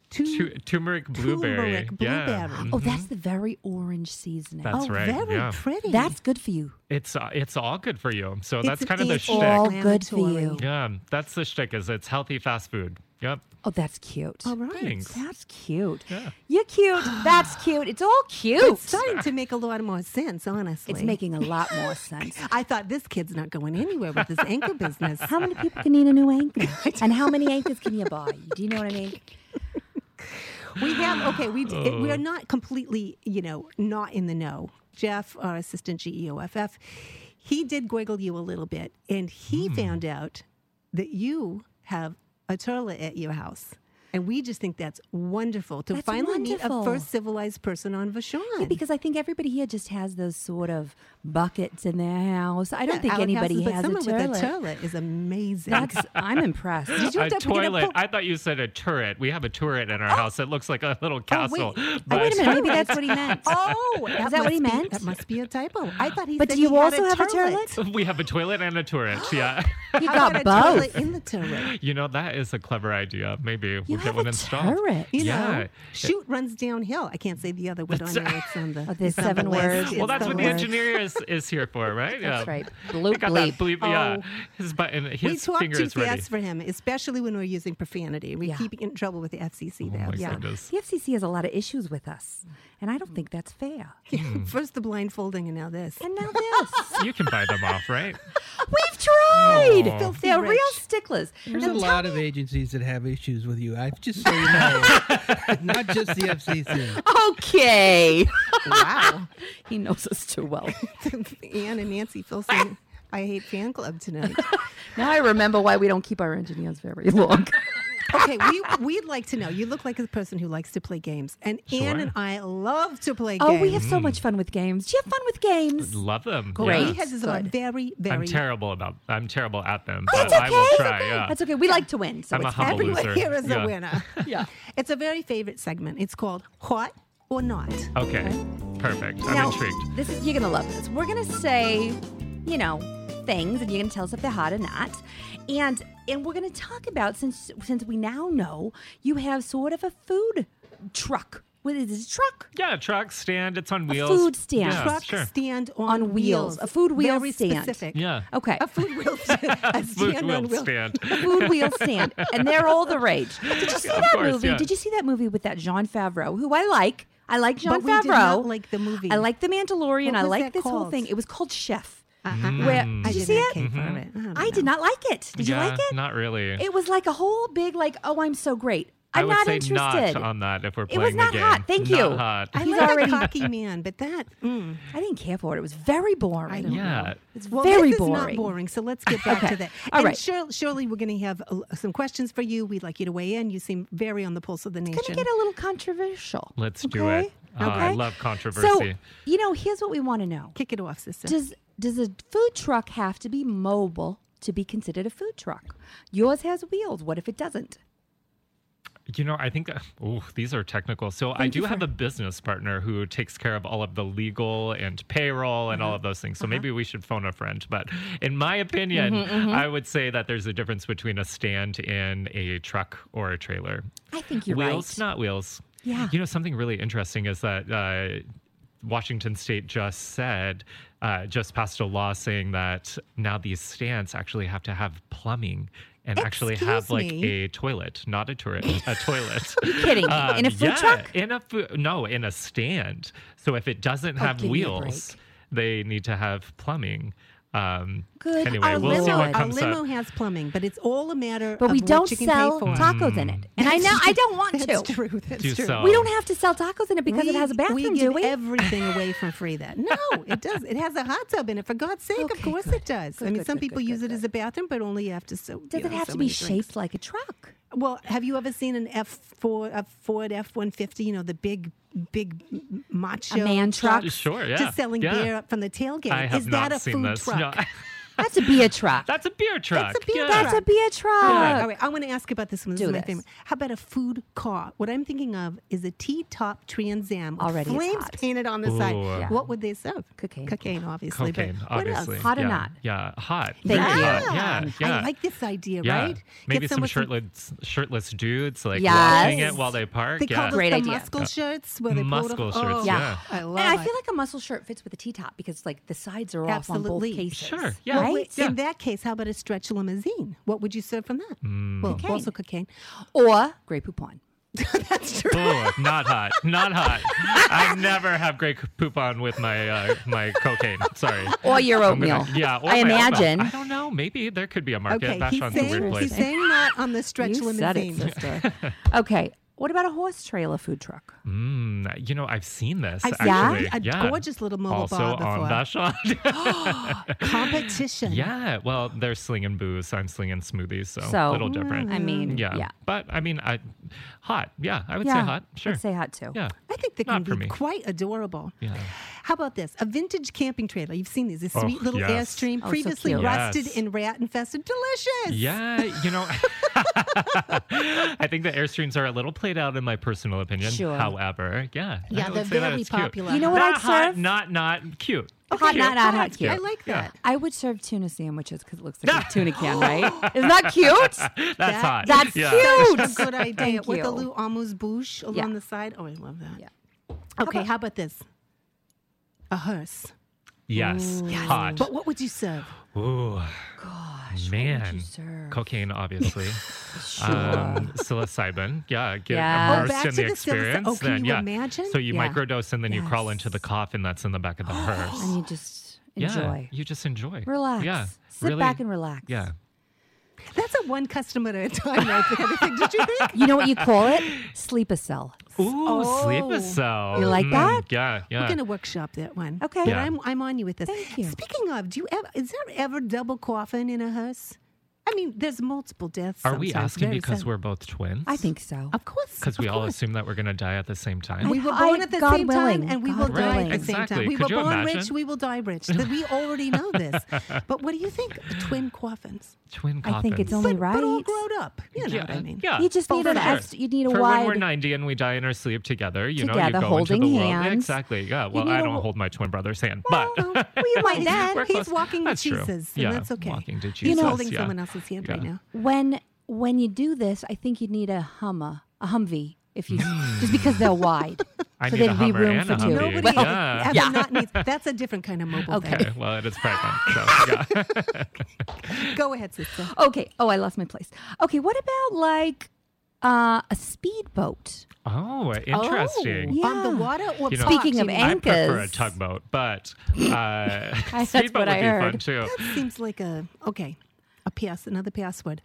S2: two.
S4: Tu- turmeric blueberry.
S2: Turmeric
S4: Yeah,
S2: blueberry.
S1: Oh,
S4: mhm.
S1: that's the very orange seasoning.
S4: That's
S2: oh,
S4: right,
S2: very
S4: yeah.
S2: pretty.
S1: That's good for you.
S4: it's uh, it's all good for you. So
S2: It's
S4: that's
S2: an
S4: kind of the
S1: All
S4: shtick.
S1: good for
S2: anti-inflammatory.
S1: you.
S4: Yeah, that's the shtick. Is it's healthy fast food. Yep.
S1: Oh, that's cute.
S2: All right.
S4: Thanks.
S1: That's cute.
S4: Yeah.
S1: You're cute. That's cute. It's all cute.
S2: It's starting to make a lot more sense, honestly.
S1: It's making a lot more sense.
S2: I thought this kid's not going anywhere with this anchor business.
S1: How many people can need a new anchor? And how many anchors can you buy? Do you know what I mean?
S2: We have okay. We d we
S1: Oh.
S2: are not completely, you know, not in the know. Jeff, our assistant E GEOFF, he did gwiggle you a little bit,
S1: Hmm.
S2: and he found out that you have a turlet at your house. And we just think that's wonderful to
S1: That's
S2: finally meet
S1: wonderful.
S2: a first civilized person on Vashon.
S1: Yeah, because I think everybody here just has those sort of buckets in their house. I don't think
S2: Outhouses,
S1: anybody
S2: but
S1: has a
S2: someone
S1: toilet.
S2: with a toilet is amazing.
S1: That's I'm impressed. Did you
S4: a
S1: have to pick it
S4: toilet.
S1: up?
S4: I thought you said a turret. We have a turret in our house. It looks like a little castle.
S1: Oh, wait a minute. Maybe
S4: but-
S1: that's what he meant.
S2: Oh,
S1: Is that what
S2: must
S1: he
S2: be-
S1: meant?
S2: That must be a typo. I thought he
S1: But
S2: said
S1: do you
S2: he had
S1: also have a
S2: toilet.
S4: we have a toilet and a turret. Yeah.
S1: You
S2: How
S1: got
S2: about a toilet
S1: both.
S2: in the turret.
S4: You know, that is a clever idea. Maybe
S1: You
S4: we'll get
S1: have
S4: one
S1: a
S4: installed.
S1: turret.
S2: You
S4: Yeah.
S2: know, shoot runs downhill. I can't say the other word on there. It's on the.
S1: Oh, there's
S2: it's on the
S1: seven
S2: list.
S1: words.
S2: It's
S4: Well, that's
S1: the
S4: what the
S1: worst.
S4: engineer is, is here for, right?
S1: That's
S4: yeah.
S1: right.
S4: I
S1: Bloop
S4: got that
S1: bleep.
S4: bleep. Yeah.
S2: Oh.
S4: His button, his
S2: we talk too
S4: fingers
S2: fast
S4: ready.
S2: for him, especially when we're using profanity. We
S1: Yeah.
S2: keep getting in trouble with the FCC.
S4: Oh
S2: Though,
S4: my
S2: yeah.
S4: goodness.
S1: The FCC has a lot of issues with us, and I don't think that's fair.
S4: Hmm.
S2: First the blindfolding, and now this.
S1: And now this.
S4: You can buy them off, right?
S1: We've tried.
S4: Oh. Filthy
S1: They're
S2: rich.
S1: real sticklers.
S3: There's
S1: Now
S3: a
S1: tell
S3: lot
S1: me-
S3: of agencies that have issues with you. I've just so you know, not just the FCC.
S1: Okay.
S2: wow.
S1: he knows us too well.
S2: Anne and Nancy Filson, I hate fan club tonight.
S1: Now I remember why we don't keep our engineers very long.
S2: Okay, we we'd like to know. You look like a person who likes to play games, and Anne
S4: Sure.
S2: and I love to play
S1: oh,
S2: games.
S1: we have so
S4: Mm.
S1: much fun with games. Do you have fun with games?
S4: Love them.
S1: Great.
S2: He
S4: yeah.
S2: has his own
S1: Good.
S2: very very.
S4: Mm-hmm. I'm terrible about. I'm terrible at them, but
S1: That's Oh, okay.
S4: I will
S1: That's
S4: try.
S1: okay.
S4: Yeah.
S1: That's okay. We like to win. So
S4: I'm a
S1: it's
S4: humble
S2: Everyone
S4: loser.
S2: here is
S4: Yeah.
S2: a winner.
S1: Yeah.
S2: It's a very favorite segment. It's called What or Not.
S4: Okay. Perfect.
S1: now,
S4: I'm intrigued.
S1: This is you're gonna love this. We're gonna say, you know, things, and you're gonna tell us if they're hot or not, and and we're gonna talk about since since we now know you have sort of a food truck. What is this truck?
S4: Yeah, truck stand. It's on wheels.
S1: food stand.
S4: Yeah,
S2: Truck
S4: sure.
S2: stand on,
S1: On wheels. A food wheel
S2: very
S1: stand.
S2: Specific.
S4: Yeah.
S1: Okay,
S2: A food wheel stand. A
S4: Food
S2: stand on
S4: wheel
S2: wheel.
S4: stand.
S1: a food wheel stand, and they're all the rage. Did you see
S4: Of
S1: that
S4: course,
S1: movie?
S4: yeah.
S1: Did you see that movie with that John Favreau, who I like? I like John
S2: But we did
S1: Favreau.
S2: not like the movie.
S1: I like the Mandalorian.
S2: What
S1: I
S2: was
S1: like
S2: that
S1: this whole
S2: called?
S1: thing. It was called Chef.
S2: Uh-huh.
S4: Hmm. Mm.
S1: Where
S2: I
S1: did you
S2: did
S1: see
S2: not
S1: it?
S2: care
S4: Mm-hmm.
S2: for it. don't
S1: I did
S2: know.
S1: not like it. Did
S4: yeah,
S1: you like it?
S4: Not really.
S1: It was like a whole big like, oh, I'm so great.
S4: I
S1: I'm
S4: would
S1: not
S4: say
S1: interested.
S4: not um, on that if we're
S1: It
S4: playing
S1: was not
S4: the game.
S1: hot. Thank
S4: Not
S1: you.
S4: hot.
S2: I
S1: He's
S2: like
S1: already-
S2: a cocky man, but that. Mm.
S1: I didn't care for it. It was very boring.
S2: I don't
S4: yeah.
S1: It's
S2: Well,
S1: very
S2: this
S1: boring.
S2: is not boring, so let's get back
S1: Okay.
S2: to that.
S1: All
S2: and
S1: right.
S2: Shir- surely we're going to have uh, some questions for you. We'd like you to weigh in. You seem very on the pulse of the nation.
S1: It's gonna get a little controversial.
S4: Let's do
S1: okay?
S4: it. Uh, I
S1: Okay?
S4: love
S1: So
S4: controversy.
S1: you know, here's what we want to know:
S2: Kick it off, sister.
S1: Does does a food truck have to be mobile to be considered a food truck? Yours has wheels. What if it doesn't?
S4: You know, I think oh, these are technical. So I do have a business partner who takes care of all of the legal and payroll and
S1: Uh-huh.
S4: all of those things. So maybe we should phone a friend. But in my opinion,
S1: Mm-hmm,
S4: I would say that there's a difference between a stand and a truck or a trailer.
S1: I think you're
S4: wheels,
S1: right.
S4: not wheels.
S1: Yeah.
S4: You know, something really interesting is that uh, Washington State just said, uh, just passed a law saying that now these stands actually have to have plumbing and actually have
S2: Excuse
S4: like
S2: me?
S4: a toilet, not a turret, a toilet.
S1: You're kidding.
S4: Um,
S1: In a food
S4: yeah,
S1: truck?
S4: In a food, no, in a stand. So if it doesn't
S1: Oh,
S4: have
S1: give me a
S4: wheels, they need to have plumbing. Um,
S1: Good
S4: Anyway,
S1: Our
S4: we'll see
S1: limo-
S4: what
S2: our
S4: comes
S2: limo
S4: up.
S2: has plumbing, but it's all a matter.
S1: But
S2: of
S1: we don't
S2: what you can
S1: sell
S4: Mm.
S2: pay for.
S1: tacos in it, and I know I don't want to.
S2: Mm. That's true. That's
S4: Do
S2: true.
S4: sell.
S1: We don't have to sell tacos in it because it has a bathroom,
S2: we
S1: do
S2: give
S1: we?
S2: everything away for free. That no, it does. It has a hot tub in it. For God's sake, of
S1: Okay,
S2: course
S1: good.
S2: it does.
S1: Good,
S2: I mean,
S1: good,
S2: some
S1: good,
S2: people
S1: good,
S2: use
S1: good,
S2: it as a bathroom, but only after so.
S1: Does
S2: you
S1: it
S2: know,
S1: have
S2: so
S1: to be
S2: many drinks.
S1: shaped like a truck?
S2: Well, have you ever seen an F four, a Ford F one fifty? You know, the big, big m- macho
S1: A man truck?
S4: Sure, yeah.
S2: just selling
S4: yeah.
S2: beer up from the tailgate.
S4: I have
S2: Is
S4: not
S2: that a
S4: seen
S2: food
S4: this. No,
S2: truck?
S1: That's a beer truck.
S4: that's a beer truck.
S2: beer
S4: yeah.
S1: That's a beer truck.
S2: All right, all right. I want to ask about this one. This
S1: Do
S2: is my
S1: this.
S2: favorite. How about a food car? What I'm thinking of is a T-top Trans Am. with
S1: Already it's
S2: flames
S1: hot.
S2: painted on the side.
S4: Ooh. Yeah.
S2: What would they serve?
S1: Cocaine.
S2: Cocaine, obviously. but
S4: Cocaine,
S2: what else?
S4: obviously.
S1: Hot or
S4: yeah.
S1: not?
S4: Yeah, hot.
S1: Thank
S4: Very
S1: you.
S4: hot. Yeah, yeah.
S2: I like this idea,
S4: yeah.
S2: right? Get
S4: Maybe some
S2: someone
S4: shirtless shirtless dudes like
S1: Yes.
S4: watching it while they park.
S2: They call
S4: yeah.
S2: those
S1: Great
S2: the
S1: idea.
S2: muscle shirts. Where they
S4: Muscle
S2: pull it off.
S4: shirts,
S2: Oh,
S4: Yeah.
S2: I love
S1: and I
S2: it.
S1: feel like a muscle shirt fits with a T top because like the sides are off on both
S2: Absolutely.
S1: cases.
S4: Sure,
S1: Right?
S4: yeah.
S2: Well, wait,
S4: Yeah.
S2: In that case, how about a stretch limousine? What would you serve from that?
S4: Mm.
S2: Well,
S1: Cocaine.
S2: also cocaine.
S1: Or Grey Poupon.
S2: That's true.
S4: Ooh, not hot, not hot. I never have great poop on with my uh, my cocaine. Sorry.
S1: Or your
S4: I'm gonna-
S1: oatmeal.
S4: yeah, or
S1: I
S4: my oatmeal.
S1: imagine.
S4: I don't know. Maybe there could be a market.
S2: Okay,
S4: Vashon's
S2: he's
S4: a weird
S2: saying,
S4: place.
S2: he's saying not on the stretch
S1: You said it,
S2: limousine.
S1: sister. okay. What about a horse trailer food truck?
S4: Mm, you know, I've seen this.
S2: I've seen
S4: actually.
S2: a
S4: yeah.
S2: gorgeous little mobile
S4: also
S2: bar before.
S4: on that shot.
S2: Competition.
S4: yeah. Well, they're slinging booze. I'm slinging smoothies, so,
S1: So,
S4: a little different. Mm.
S1: I mean,
S4: yeah.
S1: yeah,
S4: But I mean, I hot. Yeah, I would
S1: yeah.
S4: say hot. Sure.
S1: I'd say hot too.
S4: yeah.
S2: I think they
S4: Not
S2: can
S4: for
S2: be
S4: me.
S2: quite adorable.
S4: Yeah.
S2: How about this? A vintage camping trailer. You've seen these. A sweet little
S4: yes.
S2: Airstream,
S1: Oh, so
S2: previously
S1: cute.
S2: rusted
S4: Yes.
S2: and rat infested. Delicious.
S4: Yeah, you know, I think the airstreams are a little played out in my personal opinion.
S1: Sure.
S4: However, yeah, I
S2: Yeah,
S4: would
S2: they're
S4: say that
S2: very
S4: it's cute.
S2: popular.
S1: You know what
S4: Not
S1: I'd
S4: hot,
S1: serve?
S4: not not cute.
S1: Hot, not, not hot,
S2: That's-
S1: cute.
S2: I like
S4: Yeah.
S2: that.
S1: I would serve tuna sandwiches because it looks like a tuna can, right? Isn't that cute?
S4: That's
S2: That-
S4: hot.
S1: That's
S4: yeah.
S1: cute.
S2: A good idea
S1: Thank
S2: with a
S1: you.
S2: little amuse bouche along
S1: Yeah.
S2: the side. Oh, I love that.
S1: Yeah.
S2: Okay, how about this? A hearse.
S4: Yes, hot.
S2: But what would you serve?
S4: Ooh,
S1: Gosh, What would
S4: man,
S1: you serve?
S4: cocaine, obviously.
S1: Sure.
S4: um, psilocybin, yeah, get
S1: Yeah. Oh,
S4: immersed
S2: back
S4: in
S2: to
S4: the
S2: the psilocy-
S4: experience.
S2: oh, can
S4: then,
S2: you
S4: yeah.
S2: imagine?
S4: So you
S1: Yeah.
S4: microdose and then you crawl into
S1: Yes.
S4: the coffin that's in the back of the hearse.
S1: and you just
S4: Yeah,
S1: enjoy,
S4: you just enjoy.
S1: relax,
S4: Yeah,
S1: sit
S4: really-
S1: back and relax.
S4: Yeah,
S2: That's a one customer at a time right there. I think. Did you think?
S1: You know what you call it? Sleep a cell.
S4: Ooh, sleep
S2: Oh.
S4: is so. Mm,
S1: You like that?
S4: Yeah, yeah.
S2: We're going to workshop that one.
S1: Okay.
S2: But
S4: Yeah.
S2: I'm, I'm on you with this.
S1: Thank you.
S2: Speaking of, do you ever, is there ever double coffin in a hearse? I mean, there's multiple deaths.
S4: Are we
S2: sometimes,
S4: asking
S2: very
S4: because
S2: sad.
S4: we're both twins?
S1: I think so.
S2: Of course.
S4: Because we
S2: of
S4: all
S2: course.
S4: assume that we're going to die at the same time.
S2: We were
S1: I-
S2: born at the
S1: God
S2: same
S1: willing,
S2: time, and we
S1: God
S2: will die
S1: willing.
S2: at the same
S4: Exactly.
S2: time. We
S4: Could you
S2: were born rich,
S4: imagine?
S2: we will die rich. That we already know this. But what do you think? Twin coffins,
S4: Twin coffins.
S1: I think it's only
S2: but, but all
S1: right.
S2: grown up. You know
S4: yeah,
S2: what I mean?
S4: Yeah. Oh,
S1: You just
S4: for
S1: need an
S4: sure.
S1: extra- you need a
S4: For when we're
S1: wide-
S4: 90 and we die in our sleep together, you know, you
S1: Together,
S4: go
S1: holding
S4: into the world.
S1: hands.
S4: Exactly. Yeah. Well,
S1: need
S4: I
S1: a
S4: don't
S1: wo-
S4: hold my twin brother's hand,
S2: Well,
S4: but
S2: well, you might then.
S4: we're
S2: He's
S4: close.
S2: walking
S4: that's
S2: to
S4: true.
S2: Jesus, and
S4: yeah.
S2: that's okay.
S4: Walking to Jesus.
S2: He's holding
S4: yeah.
S2: someone else's hand right
S4: Yeah.
S2: now.
S1: when when you do this, I think you need a Hummer, a Humvee, if you just because they're wide.
S4: I
S1: so
S4: need a
S1: there'd be
S4: Hummer
S1: room
S4: and
S1: for
S4: a
S1: two.
S4: Humvee.
S2: Nobody
S4: Yeah.
S2: ever
S1: Yeah.
S2: not needs. That's a different kind of mobile. thing.
S4: Okay. Well, it is pregnant. So, yeah.
S2: Go ahead, sister.
S1: Okay. Oh, I lost my place. Okay. What about like uh, a speedboat?
S4: Oh, interesting.
S1: yeah.
S2: On the water or
S4: You know-
S1: Speaking of
S2: parked?
S1: ang-
S4: I prefer a
S1: Anchas.
S4: tugboat, but uh,
S1: what
S4: speedboat would
S1: I
S4: be fun
S1: heard.
S4: too.
S2: That seems like a okay, a PS, another password.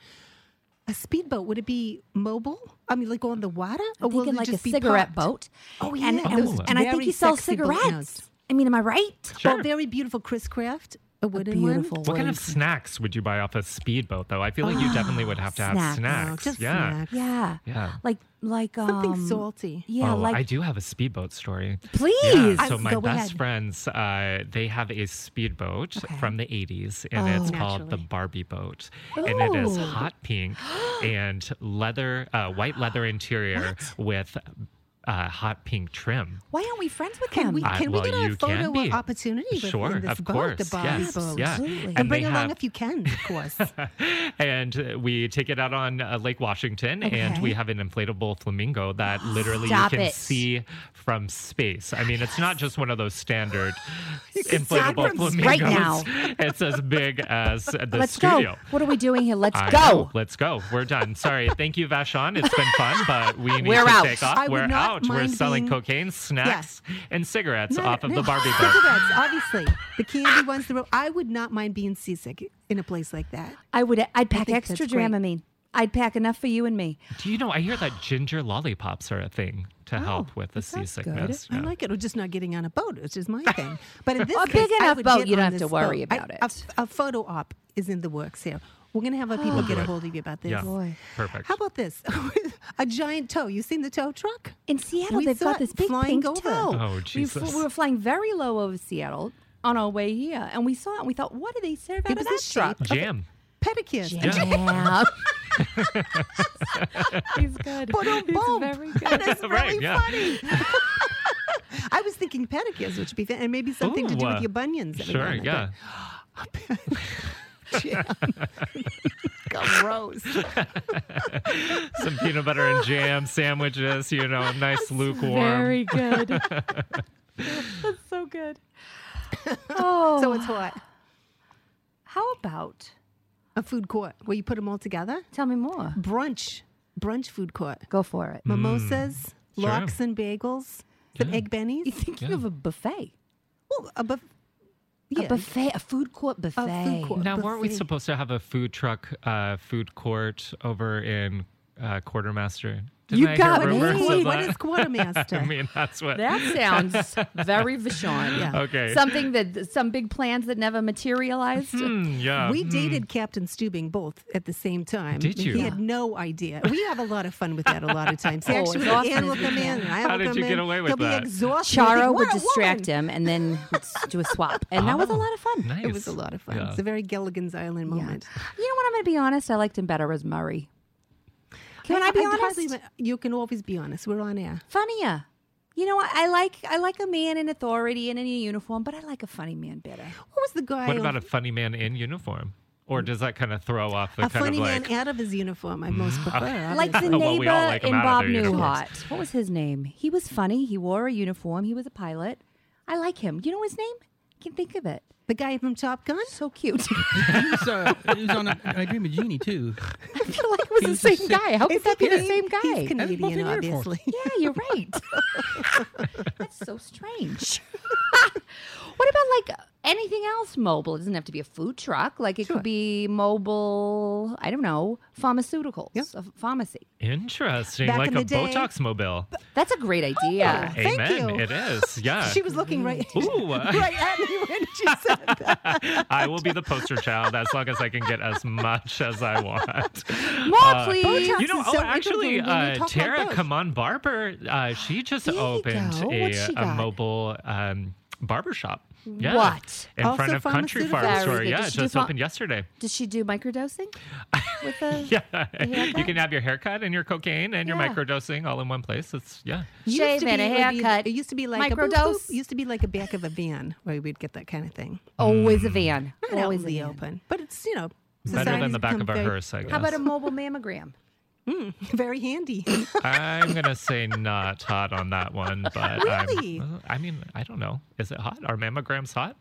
S2: A speedboat would it be mobile? I mean, like on the water, or will
S1: Thinking
S2: it
S1: like a
S2: Oh, just be
S1: cigarette boat.
S2: parked? Oh yeah,
S1: And, and,
S2: those
S1: and I think
S2: very
S1: he sells
S2: sexy boat notes.
S1: cigarettes. I mean, am I right?
S4: Sure.
S2: Oh, very beautiful Chris Craft, a wooden
S1: Beautiful.
S2: one.
S4: What kind of snacks would you buy off a speedboat, though? I feel like you definitely would have to have
S1: Snacks.
S4: snacks.
S1: Oh,
S2: Oh, just
S4: yeah.
S2: snacks.
S1: Yeah.
S4: Yeah.
S1: Like like um,
S2: Something salty.
S1: Yeah.
S4: oh,
S1: like
S4: I do have a speedboat story.
S1: please.
S4: Yeah, so
S2: I-
S4: my
S2: go
S4: best
S2: ahead.
S4: friends, uh, they have a speedboat from the 80s, and
S1: Oh.
S4: it's called the
S2: Naturally.
S4: Barbie boat, and it is
S1: Ooh.
S4: hot pink and leather, uh, white leather interior with uh, hot pink trim.
S1: Why aren't we friends with
S2: Can
S1: him?
S2: we,
S4: I-
S2: can
S4: well,
S2: we get
S4: you
S2: a
S4: can
S2: photo
S4: be.
S2: or opportunity with
S4: Sure,
S2: in this
S4: of
S2: boat, the
S4: course,
S2: Barbie
S4: yes,
S2: boat?
S4: yeah.
S1: Absolutely.
S4: And
S1: But
S2: And bring
S4: they
S2: along
S4: have-
S2: if you can, of course.
S4: and uh, we take it out on uh, Lake Washington, and
S2: Okay.
S4: we have an inflatable flamingo that literally
S1: Stop
S4: you can
S1: it.
S4: see from space. I mean, it's not just one of those standard
S1: can see it
S4: inflatable
S1: from
S4: flamingos.
S1: s- right now.
S4: It's as big as the
S1: Let's
S4: studio.
S1: go. What are we doing here? Let's
S4: I
S1: go.
S4: know. Let's go. We're done. Sorry. Thank you, Vashon. It's been fun, but we need
S1: We're
S4: to
S1: out.
S4: take off.
S2: I would
S4: We're
S2: not
S4: out. We're
S2: mind
S4: selling
S2: being-
S4: cocaine, snacks, and cigarettes
S2: No,
S4: off of
S2: no,
S4: the Barbie boat.
S2: Cigarettes, obviously. The candy ones, the ro- I would not mind being seasick in a place like that.
S1: I would. I'd pack
S2: think
S1: extra
S2: that's great.
S1: Dramamine. I'd pack enough for you and me.
S4: Do you know? I hear that ginger lollipops are a thing to help Oh, with the
S1: Oh, sounds good.
S4: seasickness.
S2: I
S4: Yeah.
S2: like it, or just not getting on a boat, which is my thing. But in this
S1: A
S2: case,
S1: big
S2: I
S1: enough
S2: would
S1: boat,
S2: get
S1: you don't
S2: on
S1: have to
S2: this
S1: worry
S2: boat. I-
S1: about
S2: a-
S1: it.
S2: A, photo op is in the works here. We're going to have our people get
S4: Oh. do
S2: a
S4: it.
S2: hold of you about this.
S4: Yeah.
S1: Boy.
S4: Perfect.
S2: How about this? a giant tow. You seen the tow truck?
S1: In Seattle,
S2: We
S1: they've
S2: saw
S1: got
S2: it
S1: this big
S2: flying
S1: pink
S2: over.
S1: toe.
S4: Oh,
S1: we, fl-
S4: Jesus.
S1: we were flying very low over Seattle on our way here, and we saw it. and We thought, what do they serve out
S2: was
S1: of
S2: the
S1: that truck?
S2: shape.
S4: Jam.
S2: Pedicures.
S1: Yeah. He's good.
S2: But on
S1: He's
S2: bump.
S1: very
S2: That
S1: good.
S2: is
S4: Right,
S2: really
S4: yeah.
S2: funny. I was thinking pedicures, which would be fa- and maybe something to
S4: Ooh,
S2: do
S4: uh,
S2: with your bunions. every now
S4: Sure,
S2: and
S4: yeah.
S2: then. Jam. Gross.
S4: Some peanut butter and jam sandwiches, you know, nice lukewarm.
S1: Very good. That's so good. Oh,
S2: So it's what?
S1: how about?
S2: A food court where you put them all together?
S1: Tell me more.
S2: Brunch. Brunch food court.
S1: Go for
S4: Mm.
S1: it.
S2: Mimosas,
S4: sure.
S2: lox and bagels, some egg
S1: You're
S2: bennies.
S1: thinking of a buffet.
S2: Well, a buff-
S1: A
S2: yeah.
S1: buffet, a food court buffet.
S2: court.
S4: Now, weren't we
S2: Buffet.
S4: supposed to have a food truck, uh, food court over in uh, Quartermaster? Didn't
S1: You
S4: I
S1: got
S4: hear
S1: me.
S4: reverse
S1: What
S4: of
S1: is
S2: what is
S4: that?
S2: quartermaster?
S4: I mean, that's what.
S1: That sounds very Vashon. Yeah.
S4: Okay.
S1: Something that some big plans that never materialized.
S4: Hmm, yeah.
S2: We dated Captain Stubing both at the same time.
S4: Did you?
S2: He had no idea. We have a lot of fun with that a lot of times. He
S1: Oh, as
S2: actually,
S1: often as
S2: Ann will
S1: we
S2: come
S1: can.
S2: in and I
S4: How
S2: will
S4: did
S2: come
S4: you
S2: in.
S4: get away with
S2: He'll
S4: that?
S2: be exhausted. He'll
S1: Charo
S2: think,
S1: would
S2: "We're a
S1: distract
S2: woman."
S1: him, and then we'd s- do a swap, and that was a lot of fun.
S4: Oh, Nice.
S2: It was a lot of fun.
S4: Yeah.
S2: It's a very Gilligan's Island
S1: Yeah.
S2: moment.
S1: You know what? I'm going to be honest. I liked him better as Murray. Can I, be
S2: I'd
S1: honest?
S2: hardly even- you can always be honest. We're on air.
S1: Funnier. You know what? I like I like a man in authority and in a uniform, but I like a funny man better.
S2: What was the guy?
S4: What
S2: on-
S4: about a funny man in uniform? Or does that kind of throw off the
S2: a
S4: kind
S2: funny
S4: of like? Mm.
S2: man out of his uniform? I most prefer.
S1: Like the
S2: obviously.
S1: neighbor
S4: Well, we all like 'em
S1: in
S4: out of
S1: Bob
S4: their uniforms.
S1: Newhart. What was his name? He was funny. He wore a uniform. He was a pilot. I like him. You know his name? I can think of it.
S2: the guy from Top Gun.
S1: So cute.
S3: He was, uh, he was on a, I Dream of Jeannie too.
S1: I feel like it was the
S3: He's the
S1: same
S3: same-
S1: guy. How could
S2: Is
S1: that be
S2: he
S1: the
S2: Canadian?
S1: same guy?
S2: He's
S3: both in
S2: Canadian,
S3: the Air
S2: obviously.
S1: Yeah, you're right. That's so strange. what about like anything else mobile? It doesn't have to be a food truck. Like it could be mobile, I don't know, pharmaceuticals, a pharmacy.
S4: Interesting,
S2: Back
S4: like
S2: in
S4: a
S2: the day-
S4: Botox mobile.
S1: That's a
S2: Oh,
S1: great idea.
S2: Thank
S4: Amen.
S2: you.
S4: It is. Yeah.
S2: She was looking right.
S4: Ooh,
S2: right at me when she said that.
S4: I will be the poster child as long as I can get as much as I want.
S1: More,
S4: Uh,
S1: please.
S2: Botox
S4: you know,
S2: is
S4: oh,
S2: so
S4: actually,
S2: interesting when you
S4: uh,
S2: talk like
S4: Tara
S2: this.
S4: Kamon Barber, uh, she just
S1: you
S4: opened
S1: go.
S4: a,
S1: What's she
S4: a
S1: got?
S4: mobile um, barber shop. Yeah.
S1: What?
S4: In
S2: Also
S4: front of Country
S2: pharmaceutical?
S4: Farm
S1: Very
S4: Store.
S1: good.
S4: Yeah,
S1: Does
S4: it
S1: she do
S4: just
S1: pha-
S4: opened yesterday.
S1: Does she do microdosing with the?
S4: Yeah. You
S1: haircut?
S4: can have your haircut and your cocaine and your
S1: Yeah.
S4: microdosing all in one place. It's, yeah.
S2: Used
S1: Shave
S2: to be
S1: and a
S2: like you-
S1: haircut.
S2: It used to be like a boop,
S1: Microdose.
S2: boop. It used to be like a back of a van where we'd get that kind of thing.
S1: Always
S4: Mm.
S1: a van.
S2: Not out
S1: Always
S2: in the
S1: a van.
S2: open, but it's you know
S4: Better than
S2: society's
S4: the back
S2: become
S4: of a
S2: very,
S4: hearse, I guess.
S1: How about a mobile mammogram?
S2: Very handy.
S4: I'm gonna say not hot on that one, but
S2: Really?
S4: I'm, I mean, I don't know. Is it hot? Are mammograms hot?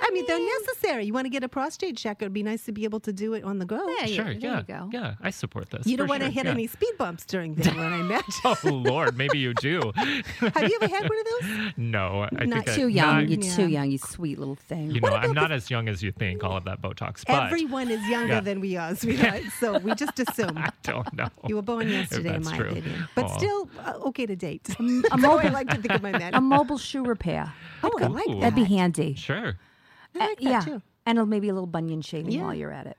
S2: I mean, they're necessary. You want to get a prostate check? It would be nice to be able to do it on the go.
S1: Yeah,
S4: Sure.
S1: yeah. There
S4: yeah.
S1: you go.
S4: Yeah. I support this.
S2: You don't
S4: for
S2: want to
S4: sure,
S2: hit
S4: yeah.
S2: any speed bumps during the one. I imagine.
S4: Oh Lord, maybe you do.
S2: Have you ever had one of those?
S4: No, I
S2: Not
S4: think I-
S1: Too young.
S4: not-
S1: You're
S2: Yeah.
S1: too young. You sweet little thing.
S4: you know, I'm not as young as you think. All of that Botox, but
S2: Everyone is younger
S4: Yeah.
S2: than we are, sweetheart. So we just assume
S4: I don't know.
S2: you were born yesterday, in
S4: that's
S2: my
S4: true.
S2: opinion. But
S4: Aw.
S2: still, uh, okay to date.
S1: a
S2: Oh, I
S1: mobile,
S2: like to think of my men.
S1: a
S4: Um,
S1: mobile shoe repair.
S2: oh, I like
S4: Ooh.
S1: That'd
S2: that.
S1: be handy. Uh,
S4: Sure.
S2: I like that
S1: yeah,
S2: too.
S1: and a- maybe a little bunion shaving
S2: Yeah.
S1: while you're at it.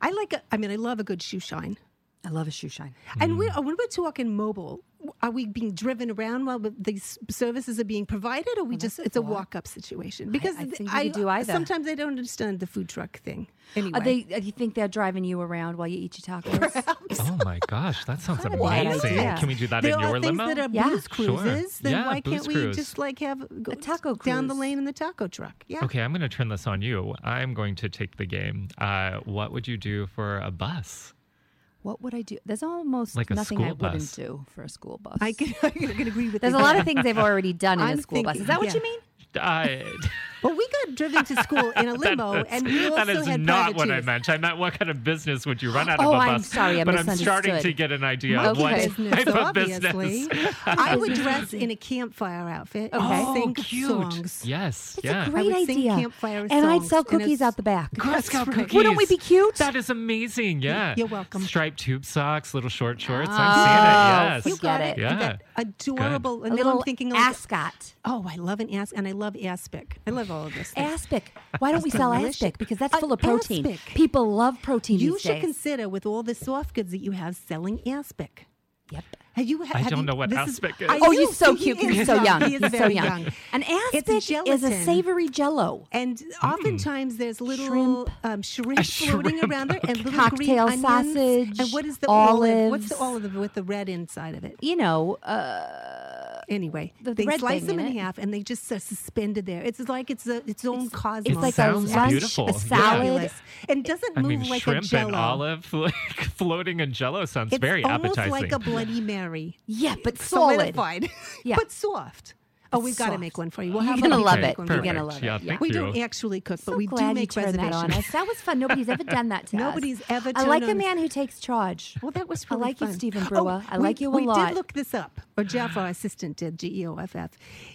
S2: I like. A, I mean, I love a good shoe shine.
S1: I love a shoe shine.
S4: Hmm.
S2: And we, uh, when we're talking mobile, are we being driven around while the- these services are being provided, or we just it's a walk up situation? Because
S1: I think you could do either.
S2: Sometimes I don't understand the food truck thing. Anyway,
S1: Are they? uh, You think they're driving you around while you eat your tacos?
S4: Oh my gosh, that sounds
S1: a bad
S4: amazing.
S1: idea.
S4: Can we do that
S2: there
S4: in your
S2: are things
S4: limo?
S2: that are
S1: Yeah.
S2: booze
S4: Sure.
S2: cruises. Then
S4: Yeah,
S2: why can't
S4: booze
S2: we
S4: cruise.
S2: just like have go
S1: taco
S2: down the
S1: cruise.
S2: lane in the taco truck? Yeah.
S4: Okay, I'm going to turn this on you. I'm going to take the game. Uh, what would you do for a bus?
S1: what would I do? There's almost
S4: Like a
S1: nothing I
S4: school
S1: wouldn't
S4: bus.
S1: do for a school bus.
S2: I can, I can agree with
S1: There's a
S2: you.
S1: lot of things they've already done in
S2: I'm
S1: a school bus.
S2: thinking-
S1: Is that what
S2: yeah.
S1: you mean?
S4: Uh,
S2: Well, we got driven to school in a limo, and we also
S4: that is
S2: had
S4: not what I
S2: privateers.
S4: meant. I meant what kind of business would you run out of
S1: Oh,
S4: a bus?
S1: I'm sorry, I
S4: but I'm starting to
S1: misunderstood.
S4: get an idea
S1: My
S4: of what
S1: business,
S4: type of
S2: obviously.
S4: business.
S2: I would dress in a campfire outfit. and
S1: Okay.
S2: sing
S4: Oh, cute.
S2: songs.
S4: Yes.
S1: It's
S4: yeah.
S1: a great
S2: would sing
S1: idea.
S2: campfire
S1: and I'd
S2: songs
S1: sell
S2: and
S1: cookies
S2: it's-
S1: out the back.
S4: Girl Scout
S2: That's right.
S4: cookies.
S1: Wouldn't we be cute?
S4: That is amazing. Yeah.
S2: you're welcome.
S4: Striped tube socks, little short shorts.
S2: Oh,
S4: I've seen
S1: You
S4: it. Yes.
S1: got it.
S4: Yeah.
S2: That adorable.
S1: A
S2: And then
S1: little
S2: I'm thinking, like,
S1: ascot,
S2: oh, I love an ass, and I love aspic. I love all of this. stuff.
S1: aspic. Why don't we sell
S2: delicious.
S1: aspic? Because that's
S2: Uh,
S1: full of protein.
S2: aspic.
S1: People love protein
S2: You
S1: these
S2: should
S1: days.
S2: consider with all the soft goods that you have selling aspic.
S1: yep.
S2: Have you?
S4: I
S2: have
S4: don't
S2: you-
S4: know what
S2: this
S4: aspic is.
S2: I
S1: Oh,
S2: do.
S1: you're so
S2: He
S1: cute.
S2: is
S1: You're so young.
S2: He is
S1: You're so
S2: very
S1: young. An aspic is a
S2: gelatin.
S1: savory jello.
S2: And oftentimes there's little
S1: Shrimp.
S2: um, shrimp, floating around there, and little
S1: Cocktail
S2: green onions.
S1: sausage,
S2: And what is the olive? What's the olive with the red inside of it?
S1: You know, uh,
S2: Anyway,
S1: The
S2: they
S1: red
S2: slice
S1: thing
S2: them
S1: in
S2: in,
S1: it.
S2: half, and they just are suspended there. It's like it's a, its own cosmos.
S1: it's like a
S4: Sounds
S1: lunch,
S4: beautiful.
S1: a
S4: Yeah.
S1: salad.
S2: Fabulous. and doesn't
S4: I
S2: move
S4: mean,
S2: like a
S4: shrimp
S2: jello.
S4: and olive like, floating in jello sounds
S2: It's
S4: very
S2: almost
S4: appetizing.
S2: like a Bloody Mary,
S1: Yeah, but solid.
S2: solidified,
S1: Yeah.
S2: but soft. Oh, we've got to
S1: soft.
S2: make one for you. We'll
S1: You're
S2: have
S1: gonna
S2: one
S1: love
S2: make
S1: it.
S2: one
S1: You're
S2: for you.
S1: gonna love it,
S4: yeah,
S1: yeah.
S4: Thank
S2: We
S4: you.
S2: don't actually cook, but
S1: so
S2: we do
S1: glad
S2: make
S1: you turned that on
S2: reservations.
S1: us. That was fun. Nobody's ever done that to us.
S2: Nobody's ever
S1: I
S2: turned
S1: like
S2: on
S1: the
S2: us.
S1: man who takes charge.
S2: Well, that was
S1: I
S2: really
S1: like you,
S2: fun.
S1: Stephen
S2: Oh,
S1: Brewer. I like
S2: we,
S1: you a
S2: we
S1: lot.
S2: did look this up, or Jeff, our assistant, did G E O F F.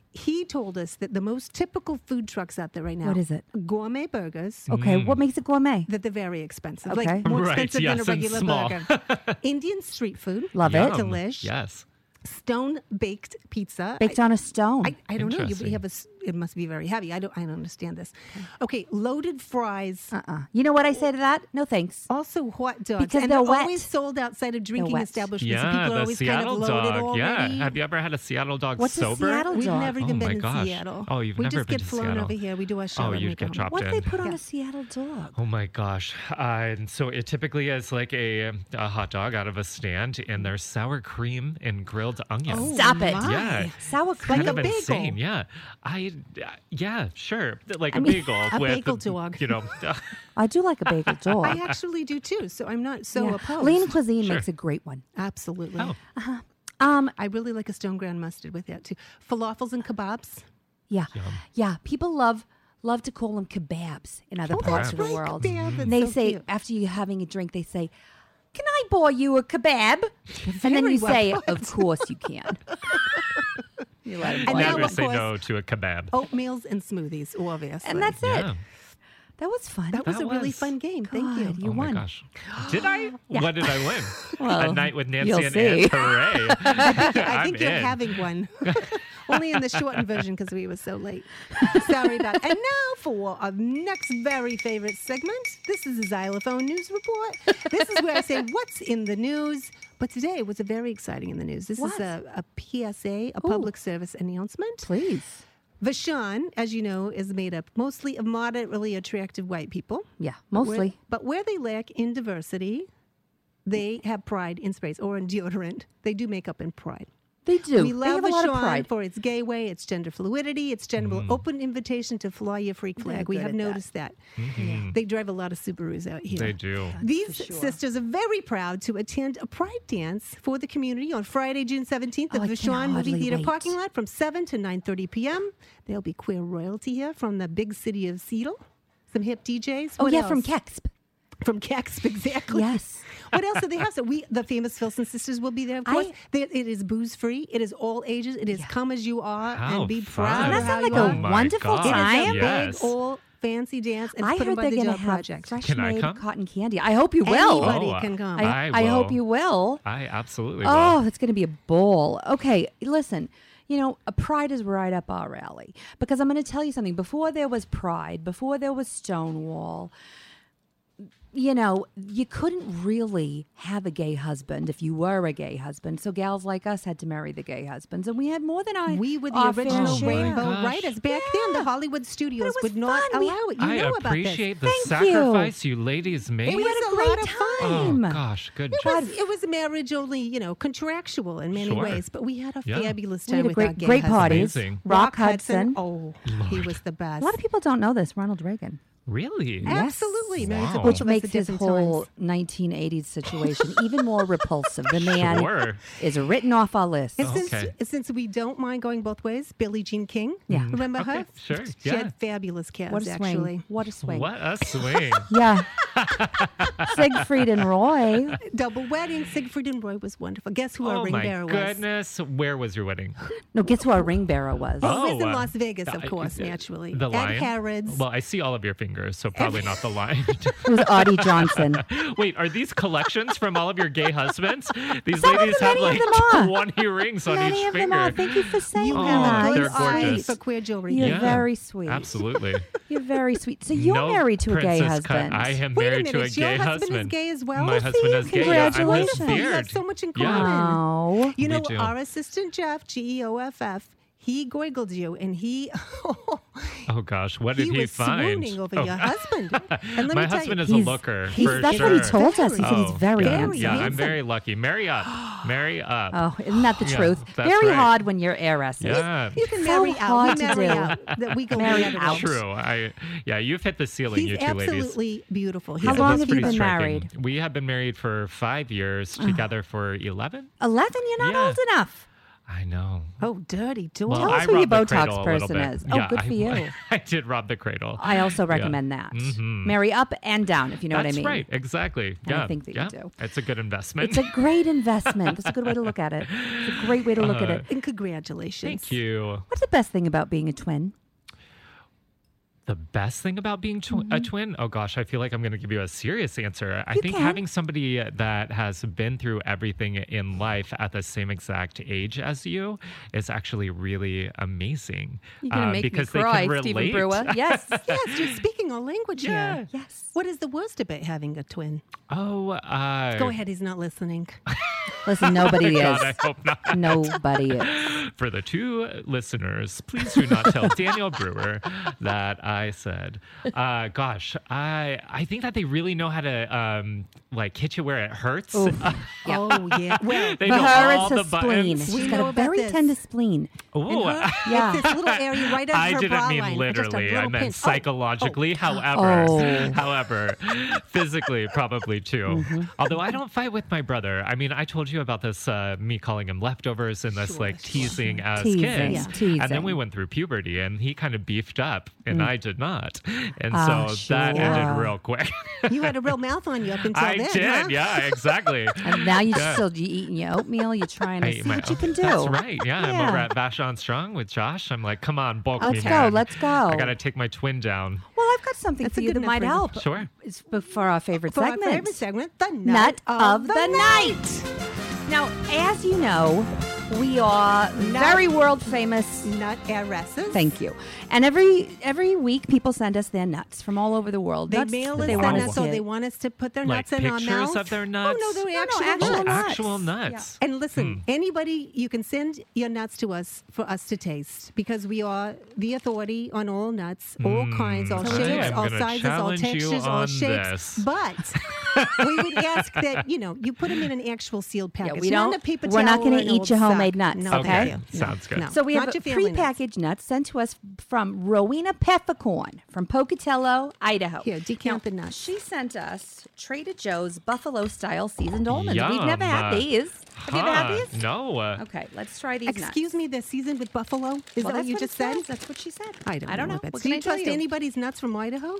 S2: He told us that the most typical food trucks out there right now.
S1: What is it?
S2: Gourmet burgers.
S1: okay, what makes it gourmet?
S2: That they're very expensive,
S1: Okay.
S2: like more
S4: Right,
S2: expensive
S4: yes,
S2: than a
S4: and
S2: regular
S4: small.
S2: burger. Indian street food,
S1: Love it.
S4: Yum.
S2: delish.
S4: Yes.
S2: Stone baked pizza,
S1: Baked on a stone.
S2: I, I don't know. You
S4: Interesting.
S2: have a. s- It must be very heavy. I don't. I don't understand this. Okay, loaded fries.
S1: uh-uh. You know what I say to that? No thanks.
S2: Also, hot dogs.
S1: Because
S2: and
S1: they're wet.
S2: always sold outside of drinking
S1: wet.
S2: establishments. and
S4: Yeah,
S2: people are
S4: the
S2: always
S4: Seattle
S2: kind of loaded
S4: dog.
S2: already.
S4: Yeah. Have you ever had a Seattle dog
S1: What's a
S4: sober?
S1: Seattle
S2: We've
S1: dog?
S2: never
S4: Oh
S2: even
S4: my
S2: been
S4: gosh.
S2: in Seattle.
S4: Oh, you've
S2: we
S4: never
S2: just
S4: been
S2: get
S4: to
S2: flown
S4: Seattle.
S2: over here. We do our show.
S4: Oh,
S2: and
S4: you'd
S2: we
S4: get
S2: go home.
S4: dropped
S1: What do
S4: in.
S1: they put on
S2: Yeah.
S1: a Seattle dog?
S4: Oh my gosh. Uh, and so it typically is like a, a hot dog out of a stand, and there's sour cream and grilled onions.
S2: Oh,
S1: Stop it.
S2: my.
S4: Yeah.
S1: Sour
S2: Like
S1: cream.
S4: kind
S2: a
S4: of
S2: bagel.
S4: insane. Yeah. I, uh, yeah, sure. Like a
S1: mean,
S4: bagel.
S2: a
S4: with,
S2: bagel dog.
S4: You know,
S1: I do like a bagel dog.
S2: I actually do too, so I'm not so
S1: Yeah.
S2: opposed.
S1: Lean cuisine
S4: Sure.
S1: makes a great one.
S2: Absolutely.
S4: Oh.
S1: Um,
S2: I really like a stone ground mustard with that too. Falafels and kebabs.
S1: yeah, yeah. People love love to call them kebabs in other parts of the
S2: right,
S1: world.
S2: kebab. That's
S1: And they
S2: so
S1: say
S2: cute.
S1: after you're having a drink, they say, "Can I buy you a kebab?" and then
S2: Very
S1: you
S2: well
S1: say, "Of course you can." you let 'em
S2: And
S1: buy
S2: now
S1: you.
S4: never
S2: of
S4: say
S2: course-
S4: no to a
S2: Oh,
S4: kebab.
S2: Oatmeals and smoothies, obviously.
S1: and that's
S4: yeah.
S1: it. That was fun.
S2: that was
S4: that
S2: a really
S4: was-
S2: fun game. Thank
S1: God,
S2: you.
S1: You
S4: oh
S1: won.
S4: my gosh. Did I? What did I win?
S1: Well,
S4: a night with
S1: you'll
S4: Nancy and
S1: see.
S4: Anne. Hooray.
S2: I
S4: I'm
S2: think you're
S4: in.
S2: having one. Only in the shortened version because we were so late. Sorry about And now for our next very favorite segment. This is a Xylophone News Report. This is where I say what's in the news. But today was a very exciting in the news. This is
S1: What?
S2: a, a PSA, a public service announcement.
S1: Please,
S2: Vashon, as you know, is made up mostly of moderately attractive white people.
S1: yeah,
S2: Where-
S1: mostly.
S2: but where they lack in diversity, they have pride in sprays or in deodorant. They do make up in pride.
S1: They do. they
S2: We love
S1: have a lot of
S2: Vacheron
S1: pride.
S2: for its gay way, its gender fluidity, its general
S4: Mm-hmm.
S2: open invitation to fly your freak flag. We
S1: good
S2: have
S1: at that.
S2: noticed that. They drive a lot of Subarus out here.
S4: Mm-hmm. They do.
S2: These sisters are very proud to attend a pride dance for the community on Friday, June 17th at
S1: Oh, I
S2: the
S1: can
S2: Vashon Movie
S1: hardly
S2: Theater
S1: wait.
S2: parking lot from 7 to 9.30 p.m. There'll be queer royalty here from the big city of Seattle. Some hip DJs.
S1: Oh
S2: What
S1: yeah, from
S2: else?
S1: Kexp.
S2: From Kex, exactly.
S1: Yes.
S2: What else do they have? So we, the famous Filson sisters, will be there. Of
S1: I-
S2: course, They- it is booze free. It is all ages. It is come as you are
S4: How
S2: and be
S4: fun.
S1: Doesn't
S2: proud. of
S1: that
S2: how
S1: sound
S2: you
S1: like a
S2: are.
S4: Oh my
S1: wonderful
S4: gosh.
S1: time?
S2: It is a
S4: Yes.
S2: big, all fancy dance. And it's
S1: I
S2: put on
S1: heard
S2: by
S1: they're
S2: the
S1: going to
S2: Dove
S1: have
S2: project.
S1: fresh
S4: Can I
S1: made
S4: come?
S1: cotton candy. I hope you will.
S2: Anybody
S4: Oh,
S2: can come.
S1: I,
S4: I
S1: I hope
S4: will.
S1: you will.
S4: I absolutely will.
S1: Oh, it's going to be a bowl. Okay, listen. You know, a pride is right up our alley because I'm going to tell you something. Before there was pride, before there was Stonewall, you know, you couldn't really have a gay husband if you were a gay husband. So gals like us had to marry the gay husbands, and we had more than I.
S2: We were the
S1: our fair
S2: original
S1: share.
S2: rainbow
S4: Oh gosh.
S2: writers back then. The Hollywood studios
S1: was
S2: would not
S1: fun. We-
S2: allow it. You
S4: I
S2: know about this.
S4: appreciate the
S1: Thank you.
S4: sacrifice you. ladies made.
S1: We
S2: was
S1: had a
S2: a lot
S1: great
S2: of
S4: oh
S1: time.
S4: gosh, good
S2: It
S4: job.
S2: was, it was marriage only, you know, contractual in many
S4: Sure.
S2: ways, but we had a
S4: Yeah.
S2: fabulous
S1: We
S2: time
S1: had a
S2: with our
S1: great,
S2: gay
S1: great
S2: husbands.
S1: parties.
S4: Amazing.
S1: Rock Hudson.
S2: Oh, he was the best.
S1: A lot of people don't know this. Ronald Reagan.
S4: Really?
S2: Absolutely. Married to
S4: Wow.
S2: both
S1: which
S2: of us at
S1: makes his
S2: different
S1: whole
S2: times.
S1: 1980s situation even more repulsive. The man
S4: Sure.
S1: is written off our list.
S2: And since,
S4: Oh, Okay.
S2: since we don't mind going both ways, Billie Jean King. Mm-hmm.
S1: Yeah. Mm.
S2: Remember her?
S4: Okay, sure,
S2: She
S4: yeah.
S2: had fabulous calves,
S1: Oh. What a swing!
S2: actually.
S1: What a swing!
S4: What a swing.
S1: Yeah, Siegfried and Roy.
S2: Double wedding. Siegfried and Roy was wonderful. Guess who our
S4: oh
S2: ring
S4: my
S2: bearer was?
S4: goodness. Where was your wedding?
S1: No, guess who our ring bearer was?
S2: Oh, it was in
S4: uh,
S2: Las Vegas, of
S4: I-
S2: course,
S4: uh,
S2: naturally.
S4: The
S2: At
S4: lion?
S2: Harrods.
S4: Well, I see all of your fingers, so probably not the lion.
S1: It was Audie Johnson.
S4: Wait, are these collections from all of your gay husbands? These
S1: Some of
S4: ladies
S1: them,
S4: have
S1: many
S4: like
S1: of them
S4: 20 rings on
S1: Many
S4: each
S1: of them are.
S4: finger.
S1: Thank you for saying
S2: You
S4: Oh,
S1: that.
S2: have a
S4: they're
S2: good eye
S4: gorgeous.
S2: for queer jewelry.
S1: You're
S4: Yeah.
S1: very sweet.
S4: Absolutely.
S1: You're very sweet. So you're
S4: No
S1: married to a gay
S4: princess cut.
S1: husband.
S4: I am
S2: Wait a
S4: married to a
S2: minute, your
S4: gay
S2: husband is
S4: husband.
S2: gay as well?
S4: My
S2: Good for
S4: husband
S1: you.
S4: is gay. yeah. I'm his
S1: Congratulations.
S2: You
S4: beard.
S2: have so much in
S4: Yeah.
S2: common.
S1: Oh,
S2: You
S4: We
S2: know,
S4: do.
S2: our assistant Jeff, G E O F F, he goigled you and he
S4: Oh gosh, what
S2: he,
S4: did he,
S2: was
S4: find?
S2: swooning over
S4: Oh,
S2: your husband. And let
S4: my
S2: me tell
S4: husband
S2: you,
S4: is a
S1: He's-
S4: looker
S1: he's-
S4: for
S1: that's
S4: sure.
S1: what he told us. He said he's
S4: Oh,
S1: very
S4: yeah.
S1: handsome.
S4: Yeah, I'm
S2: handsome.
S4: very lucky. Marry up. Marry up.
S1: Oh, isn't that the
S4: Yeah,
S1: truth?
S4: that's
S1: Very
S4: right.
S1: hard when you're heiresses.
S4: yeah.
S2: you can
S1: so
S2: marry out.
S1: hard
S2: We
S1: to
S2: marry
S1: do.
S2: out. That we go
S1: Marry
S2: marry out.
S1: out.
S4: True. I yeah, you've hit the ceiling,
S2: He's
S4: you two ladies.
S2: absolutely beautiful. He's
S1: How
S4: Yeah,
S1: long
S4: that's
S1: have you
S4: pretty
S1: been
S4: striking.
S1: married?
S4: We have been married for five years, together for eleven.
S1: Eleven? You're not
S4: Yeah.
S1: old enough.
S4: I know.
S2: Oh, dirty door.
S1: Tell us
S4: I
S1: who your
S4: robbed the
S1: Botox
S4: cradle a little
S1: person
S4: bit.
S1: is. Oh, good
S4: I-
S1: for you.
S4: I did rob the cradle.
S1: I also recommend that. Marry up and down, if you know
S4: Mm-hmm. That's
S1: what I mean.
S4: right. Exactly.
S1: I
S4: Yeah.
S1: think that you
S4: yeah.
S1: do.
S4: It's a good
S1: It's
S4: investment.
S1: a great investment. That's a good way to look at it. It's a great way to look at it.
S4: Uh.
S2: And congratulations.
S4: Thank you.
S1: What's the best thing about being a twin?
S4: The best thing about being tw- a twin? Oh gosh, I feel like I'm going to give you a serious answer. I
S1: Mm-hmm. You
S4: think
S1: can.
S4: having somebody that has been through everything in life at the same exact age as you is actually really amazing.
S1: You're gonna
S4: uh,
S1: make
S4: because
S1: me
S4: they
S1: cry,
S4: can relate.
S1: Stephen Brewer. Yes,
S2: Yes, you're speaking our language
S4: Yeah.
S2: here.
S1: yes.
S2: What is the worst about having a twin?
S4: Oh, uh,
S2: Go ahead, he's not listening.
S1: Listen, nobody is.
S4: God, I hope not.
S1: Nobody is.
S4: For the two listeners, please do not tell Daniel Brewer that I said. Uh, gosh, I I think that they really know how to um, like hit you where it hurts.
S1: Yeah.
S2: Oh, yeah. Well,
S4: They
S1: For
S4: know
S1: her,
S4: all
S1: it's
S4: the
S1: a spleen.
S4: buttons.
S1: She's
S2: We
S1: got
S2: know
S1: a
S2: about
S1: very
S2: this.
S1: tender spleen.
S4: Ooh,
S2: her,
S1: Yeah.
S2: it's this little area right under
S4: Oh, I
S2: her
S4: didn't
S2: bra
S4: mean
S2: line. Just a
S4: literally. I
S2: little
S4: meant
S2: pinch. Oh,
S4: psychologically. However,
S1: Oh. Mm-hmm.
S4: however, physically probably too. Although I don't fight with my brother. I mean, I told you about this uh, me calling him leftovers and this
S2: Sure,
S4: like
S2: sure.
S4: teasing as
S1: Teasing,
S4: kids.
S1: yeah.
S4: And then we
S1: teasing. Mm.
S4: went through puberty, and he kind of beefed up, and I did not. And
S1: Ah,
S4: so that ended
S1: sure.
S4: real quick.
S2: You had a real mouth on you up until
S4: I
S2: then.
S4: did.
S2: huh?
S4: Yeah, exactly.
S1: And now you're
S4: Yeah.
S1: still you eating your oatmeal. You're trying to
S4: I
S1: see
S4: ate my-
S1: what you can do.
S4: That's right. Yeah, I'm over
S1: Yeah.
S4: at Vashon Strong with Josh. I'm like, come on, bulk me,
S1: Let's go,
S4: man.
S1: let's go.
S4: I gotta take my twin down.
S1: Well, I've got something
S2: That's
S1: for
S2: a
S1: you
S2: good
S1: that might
S2: enough
S1: help.
S4: Sure.
S1: It's b- for our favorite
S2: For
S1: segment.
S2: our favorite segment, the
S1: Nut
S2: nut,
S1: of the night. Now, as you know, we are very world famous.
S2: Nut heiresses.
S1: Thank you. And every every week, people send us their nuts from all over the world.
S2: They
S1: Nuts
S2: mail
S1: that
S2: us
S1: they
S2: their
S1: want us
S2: nuts, so
S1: to-
S2: they want us to put their
S4: Like
S2: nuts in our
S4: pictures
S2: mouth.
S4: of their
S2: Oh
S4: nuts? Hmm.
S2: no, they're
S1: No, no,
S2: actual,
S1: actual
S4: Oh,
S2: nuts.
S1: nuts.
S4: actual nuts.
S2: And listen, anybody, you can send your nuts to us for us to taste because we are the authority on all nuts, all kinds, all
S4: Hmm. Today
S2: shapes,
S4: I'm
S2: all
S4: gonna
S2: sizes, all
S4: challenge you
S2: textures,
S4: on
S2: all shapes.
S4: this.
S2: But we would ask that you know you put them in an actual sealed package.
S1: we
S2: not
S1: don't-
S2: in a paper
S1: we're not
S2: towel
S1: gonna
S2: or an
S1: eat
S2: old
S1: your
S2: sock.
S1: homemade nuts,
S2: No,
S1: okay?
S2: thank you. No,
S4: Sounds good.
S2: no.
S1: So we have
S2: Not
S1: a
S2: your family nuts.
S1: prepackaged nuts sent to us from Rowena Peppercorn from Pocatello, Idaho.
S2: Here, decant the nuts.
S1: She sent us Trader Joe's buffalo style seasoned almonds. We've never had
S4: Yum.
S1: these. Have you ever had
S4: Huh,
S1: these?
S4: No. uh,
S1: Okay, let's try these.
S2: Excuse
S1: nuts.
S2: me, they're seasoned with buffalo. Is
S1: Well,
S2: that what
S1: that's
S2: you
S1: what
S2: just
S1: it
S2: said?
S1: says. That's what she said.
S2: I don't,
S1: know.
S2: if it's-
S1: What
S2: Do
S1: can
S2: you
S1: I tell
S2: trust
S1: you?
S2: anybody's nuts from Idaho?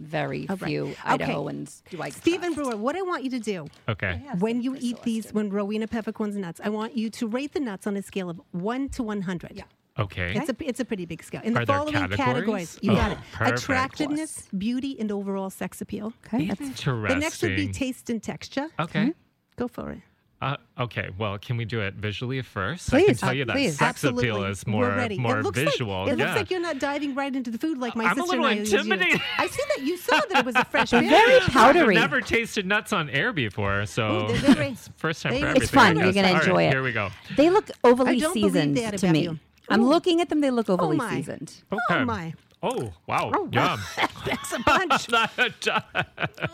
S1: Very
S2: All right.
S1: few
S2: Okay.
S1: Idahoans do I
S2: Stephen
S1: trust.
S2: Brewer, what I want you to do
S4: Okay.
S1: Yeah. Yes,
S2: when
S1: thank
S2: you
S1: you,
S2: eat these, when Rowena Peppercorn's nuts, I want you to rate the nuts on a scale of one to one hundred.
S1: Yeah.
S4: Okay.
S2: It's a it's a pretty big scale. In the
S4: Are there
S2: following
S4: categories?
S2: you got
S4: Oh,
S2: it:
S4: perfect.
S2: attractiveness, beauty, and overall sex appeal.
S1: Okay, that's
S4: Interesting. Oh.
S2: The next would be taste and texture.
S1: Hmm?
S4: Okay.
S2: Go for it.
S4: Uh, okay. Well, can we do it visually first? I can
S1: Please,
S4: tell
S1: uh,
S4: you that
S1: please.
S4: sex appeal
S2: Absolutely.
S4: is
S2: We're
S4: more
S2: ready.
S4: more
S2: it looks
S4: visual.
S2: Like, it
S4: yeah.
S2: looks like you're not diving right into the food like my
S4: I'm a
S2: sister
S4: little
S2: and I usually do.
S4: intimidated.
S2: I see that you saw that it was a fresh berry.
S1: very powdery.
S4: I've never tasted nuts on air before, so
S2: Ooh, they're very-
S4: it's first time
S2: they-
S4: for
S2: It's
S4: everything.
S1: fun.
S4: I
S1: You're
S4: guess.
S1: gonna
S4: All right,
S1: enjoy it.
S4: Here we go.
S1: They look overly
S2: I don't believe
S1: seasoned
S2: that
S1: to
S2: about
S1: me.
S2: you. Oh.
S1: I'm looking at them. They look overly
S2: my.
S1: seasoned.
S4: Okay.
S2: Oh my!
S4: Oh, wow.
S2: Oh, wow.
S4: Yum.
S2: That's a bunch.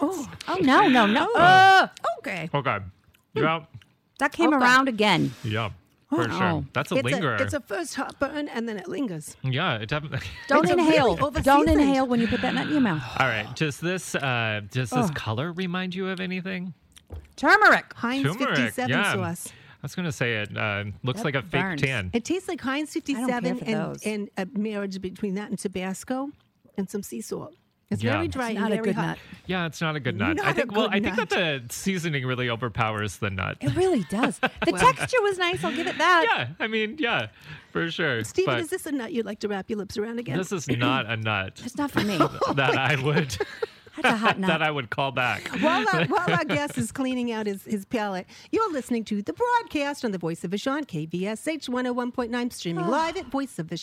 S2: oh,
S1: Oh no, no, no!
S2: okay.
S4: okay. Yum.
S1: that came
S2: Okay.
S1: around again.
S4: Yum. For sure.
S1: Wow.
S4: That's a
S2: Oh. it's
S4: lingerer.
S2: A, it's a first hot burn, and then it lingers.
S4: yeah, it definitely.
S1: Don't
S2: It's a
S1: inhale.
S2: really
S1: Don't
S2: overseasoned.
S1: inhale when you put that nut in your mouth.
S4: All right. Does this uh does
S2: Oh.
S4: this color remind you of anything?
S1: Turmeric.
S2: Heinz
S4: Turmeric.
S2: 57
S4: yeah.
S2: sauce.
S4: I was gonna say it uh, looks
S1: That
S4: like a fake
S1: burns.
S4: tan.
S2: It tastes like Heinz
S1: don't care
S2: 57
S1: for
S2: and,
S1: those.
S2: and a marriage between that and Tabasco and some sea salt. It's
S4: Yeah.
S2: very
S4: It's
S2: dry and
S1: Not a
S2: very
S1: good
S2: hot.
S1: nut.
S4: yeah, it's not a good nut.
S2: Not
S4: I
S2: a
S4: think. Well,
S2: good
S4: I think
S2: nut.
S4: that the seasoning really overpowers the nut.
S1: It really does. The texture was nice. I'll give it that.
S4: yeah, I mean, yeah, for sure.
S2: Steven,
S4: but
S2: is this a nut you'd like to wrap your lips around again?
S4: this is not a nut
S1: It's not for me.
S4: that I would
S1: That's a hot
S4: that
S1: nut.
S4: I would call back.
S2: while, our, while our guest is cleaning out his, his palate, you're listening to the broadcast on the Voice of Vashon, KVSH 101.9, streaming live at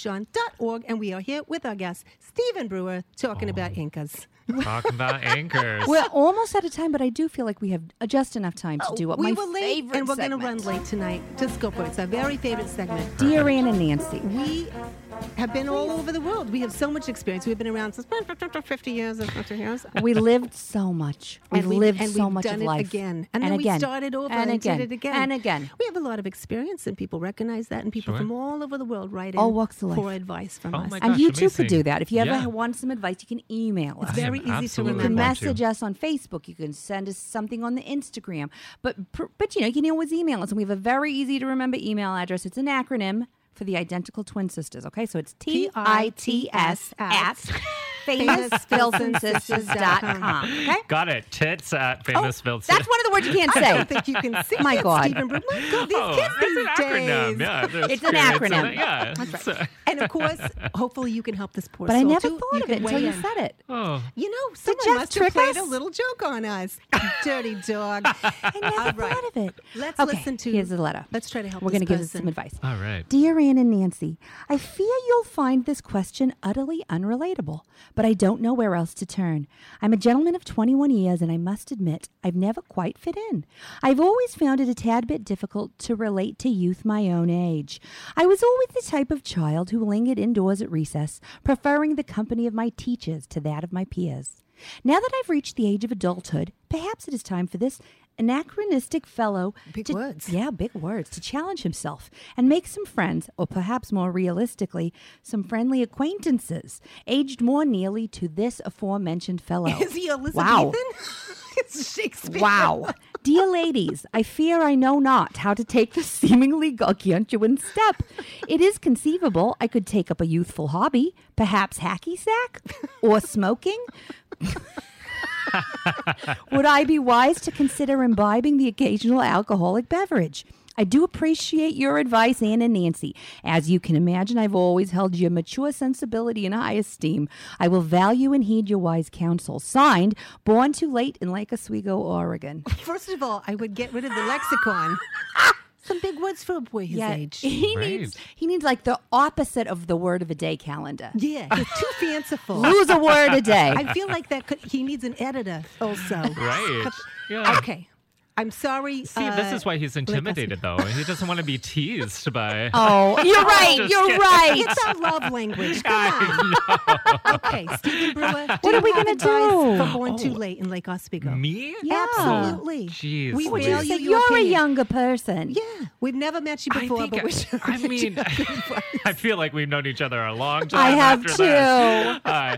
S2: voiceofvashon.org. And we are here with our guest, Stephen Brewer, talking about Incas.
S4: Talking about anchors.
S1: We're almost out of time, but I do feel like we have uh, just enough time to do what
S2: Oh, we
S1: my
S2: were late,
S1: favorite
S2: and we're going to
S1: segment.
S2: run late tonight. Just go for it. It's our very favorite segment.
S1: Dear Ann and Nancy,
S2: We have been all over the world. We have so much experience. We've been around since 50 years. 50 years.
S1: We lived so much. We
S2: And
S1: lived
S2: and
S1: so
S2: we've
S1: much
S2: done
S1: of
S2: it
S1: life
S2: again, and, then we started over and,
S1: again,
S2: did it again
S1: and again.
S4: Oh
S2: We have a lot of experience, and people recognize that, and people
S4: Sure.
S2: from all over the world write in
S1: All walks of
S2: for
S1: life.
S2: advice from
S4: Oh
S2: us.
S4: my
S1: And
S4: Gosh,
S1: you too could
S4: amazing.
S1: do that. If you ever
S4: Yeah.
S1: want some advice, you can email us.
S2: It's very
S4: I am
S2: easy to
S4: absolutely
S1: You
S2: remember.
S1: can
S4: going to.
S1: message us on Facebook. You can send us something on the Instagram. But pr- but you know you can always email us, and we have a very easy to remember email address. It's an acronym for the identical twin sisters. Okay, so it's T I T S at famousbilsonsisters.com. Okay.
S4: Got it. Tits at
S1: Oh,
S4: famous Bill.
S1: that's one of the words you can't
S2: I
S1: say.
S2: don't think you can see.
S1: My
S2: it,
S1: God.
S2: Stephen Broom. My God, these
S4: Oh,
S2: kids
S4: that's
S2: these
S4: an acronym.
S2: days.
S4: Yeah, that's
S1: It's an
S4: true.
S1: acronym.
S4: yeah. So-
S2: And of course, hopefully you can help this poor
S1: But
S2: soul
S1: I never
S2: too.
S1: thought
S2: You
S1: of
S2: can
S1: it until
S2: weigh
S1: you
S2: in.
S1: said it.
S4: oh,
S2: You know, someone
S1: Jeff
S2: must
S1: trick
S2: have
S1: us?
S2: played a little joke on us. Dirty dog.
S1: I never
S2: right.
S1: thought of it.
S2: Let's
S1: okay,
S2: listen to-
S1: Here's the letter.
S2: Let's try to help
S1: We're gonna
S2: this
S1: give us
S2: person.
S1: some advice.
S4: all right.
S1: Dear Anne and Nancy, I fear you'll find this question utterly unrelatable, but I don't know where else to turn. I'm a gentleman of 21 years, and I must admit, I've never quite fit in. I've always found it a tad bit difficult to relate to youth my own age. I was always the type of child who lingered indoors at recess, preferring the company of my teachers to that of my peers. Now that I've reached the age of adulthood, perhaps it is time for this anachronistic fellow
S2: Big
S1: to,
S2: words.
S1: yeah, big words to challenge himself and make some friends, or perhaps more realistically, some friendly acquaintances, aged more nearly to this aforementioned fellow.
S2: Is he Elizabethan?
S1: Wow.
S2: it's Shakespeare.
S1: Wow. Dear ladies, I fear I know not how to take this seemingly gargantuan step. It is conceivable I could take up a youthful hobby, perhaps hacky sack or smoking. Would I be wise to consider imbibing the occasional alcoholic beverage? I do appreciate your advice, Anne and Nancy. As you can imagine, I've always held your mature sensibility in high esteem. I will value and heed your wise counsel. Signed, Born Too Late in Lake Oswego, Oregon.
S2: First of all, I would get rid of the lexicon. Some big words for a boy his age.
S1: he
S4: Right.
S1: needs he needs like the opposite of the word of a day calendar.
S2: Yeah, he's too fanciful.
S1: Lose a word a day.
S2: I feel like that could, he needs an editor also.
S4: Right. Yeah.
S2: Okay. I'm sorry.
S4: See, this
S2: uh,
S4: is why he's intimidated, though. He doesn't want to be teased by.
S1: oh, you're right.
S4: Just
S1: You're
S4: kidding.
S1: right.
S2: It's our love language. Come on. Okay, Stephen Brewer.
S1: What are we
S2: going
S1: gonna
S2: to
S1: do?
S2: do? For Born Too Late in Lake Oswego.
S4: Oh. Me? Oh,
S1: Yeah.
S2: Absolutely.
S4: Jeez,
S2: We
S4: Louise.
S2: value
S1: So
S2: your
S1: you're a
S2: opinion.
S1: younger person.
S2: Yeah, we've never met you before,
S4: I
S2: but we
S4: think,
S2: should.
S4: I mean, I feel like we've known each other a long time.
S1: I have
S4: after
S1: too.
S4: this. Uh,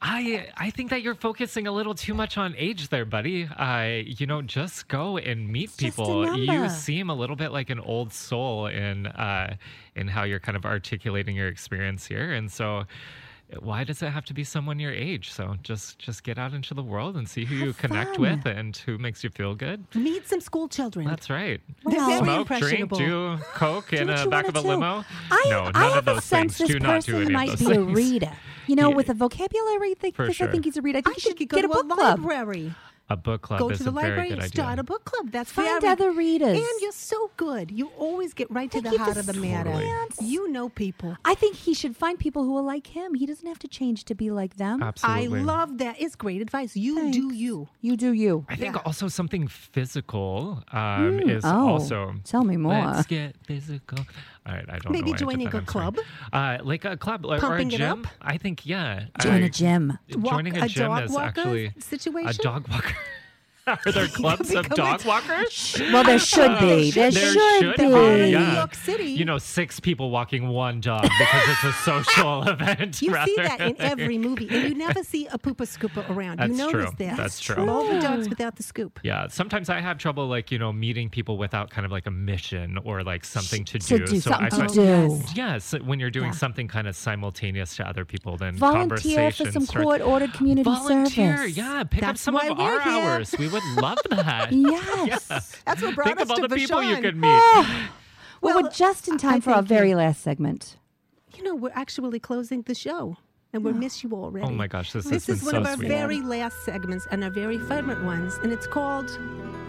S4: I I think that you're focusing a little too much on age there, buddy. I you know just go and meet
S1: just a
S4: people. You
S1: number.
S4: seem a little bit like an old soul in uh, in how you're kind of articulating your experience here, and so. Why does it have to be someone your age? So just just get out into the world and see who you connect
S1: fun.
S4: with and who makes you feel good.
S2: Meet some school children.
S4: That's right.
S2: They're
S1: Well-
S2: very
S4: Smoke, drink,
S2: impressionable.
S4: do coke in
S1: what
S4: a
S1: you
S4: back of
S1: wanna
S4: a
S1: do.
S4: limo.
S1: I,
S4: no, none
S1: I
S4: of
S1: have
S4: those
S1: a sense
S4: things.
S1: this
S4: Do not do
S1: person
S4: any
S1: might
S4: of
S1: be
S4: those
S1: a
S4: things.
S1: reader. You know,
S4: Yeah.
S1: with a vocabulary thing,
S4: For
S1: because I
S4: sure.
S1: think he's a reader. I
S2: I
S1: think you
S2: think you
S1: should
S2: could go
S1: get
S2: to
S1: a book
S2: a
S1: club.
S2: library.
S4: A book club
S2: Go
S4: Oh, is
S2: to the
S4: a very
S2: library
S4: good
S2: and
S4: idea.
S2: start a book club. That's
S1: Find
S2: very-
S1: other readers.
S2: And you're so good. You always get right to
S1: Thank
S2: the
S1: you
S2: heart
S1: for
S2: of the matter.
S1: science.
S2: You know people.
S1: I think he should find people who are like him. He doesn't have to change to be like them.
S4: Absolutely.
S2: I love that. It's great advice. You do you.
S1: You do you.
S4: I think also something physical um,
S2: Mm,
S4: is
S1: oh,
S4: also.
S1: tell me more.
S4: Let's get physical. All right, I don't know
S2: Maybe
S4: why I did
S2: joining
S4: that,
S2: a
S4: I'm sorry.
S2: club?
S4: uh, like a club or, or a
S2: Pumping it
S4: gym.
S2: up?
S4: I think yeah.
S1: Join
S4: I-
S1: a gym.
S2: Walk-
S4: Joining a,
S2: a
S4: gym
S2: dog
S4: is
S2: walker
S4: actually a
S2: situation?
S4: dog walker. Are there clubs of
S2: become a-
S4: dog walkers?
S1: Well, there should be. There,
S4: There
S1: should, be.
S2: Uh, be.
S4: yeah.
S2: New York City.
S4: You know, six people walking one dog because it's a social event.
S2: You
S4: rather
S2: see that in
S4: than-
S2: every movie, and you never see a pooper scooper around.
S4: That's
S2: you notice
S4: true.
S2: that.
S4: That's true.
S2: All the dogs without the scoop.
S4: Yeah, sometimes I have trouble like you know meeting people without kind of like a mission or like something to
S1: To
S4: do.
S1: do
S4: I
S1: something
S4: find-
S1: to do.
S4: Yes, when you're doing
S1: Yeah.
S4: something kind of simultaneous to other people, then
S1: Volunteer for
S4: conversation
S1: some
S4: starts-
S1: court ordered community
S4: Volunteer,
S1: service.
S4: yeah, pick up
S2: That's
S4: some
S2: why
S4: of our
S2: we're here.
S4: hours. We would love that.
S1: Yes. Ah.
S2: That's what brought
S4: Think
S2: us
S4: of all
S2: to
S4: the people you
S2: Vashon.
S4: could meet.
S1: Well, we're
S2: Well,
S1: just in time
S2: I
S1: for our
S2: think you-
S1: very last segment.
S2: you know, we're actually closing the show. And we miss you already.
S4: Oh my gosh, this
S2: This
S4: has
S2: is
S4: been
S2: one
S4: so
S2: of our
S4: sweet.
S2: very last segments and our very favorite ones, and it's called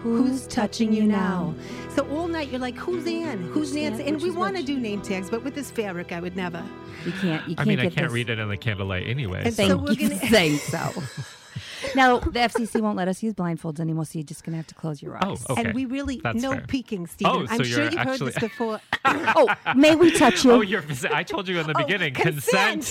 S1: Who's Touching You Now?
S2: So all night you're like, Who's
S4: Mm-hmm.
S2: Ann? Who's Nancy?
S1: Ann?
S2: And
S1: Which
S2: we
S1: is
S2: want to
S1: which?
S2: do name tags, but with this fabric, I would never.
S1: You can't. You can't
S4: I mean,
S1: get
S4: I can't
S1: this.
S4: read it in the candlelight anyway.
S2: And
S4: so-
S1: Thank
S2: So we're
S1: you for
S2: gonna-
S1: saying so. Now the FCC won't let us use blindfolds anymore, so you're just gonna have to close your eyes.
S4: Oh, okay.
S2: And we really
S4: That's
S2: no
S4: fair.
S2: peeking, Stephen.
S4: Oh, so
S2: I'm
S4: you're
S2: sure you've
S4: actually-
S2: heard this before.
S1: Oh, may we touch you? Oh,
S4: Oh, you're, I told you in the beginning, consent,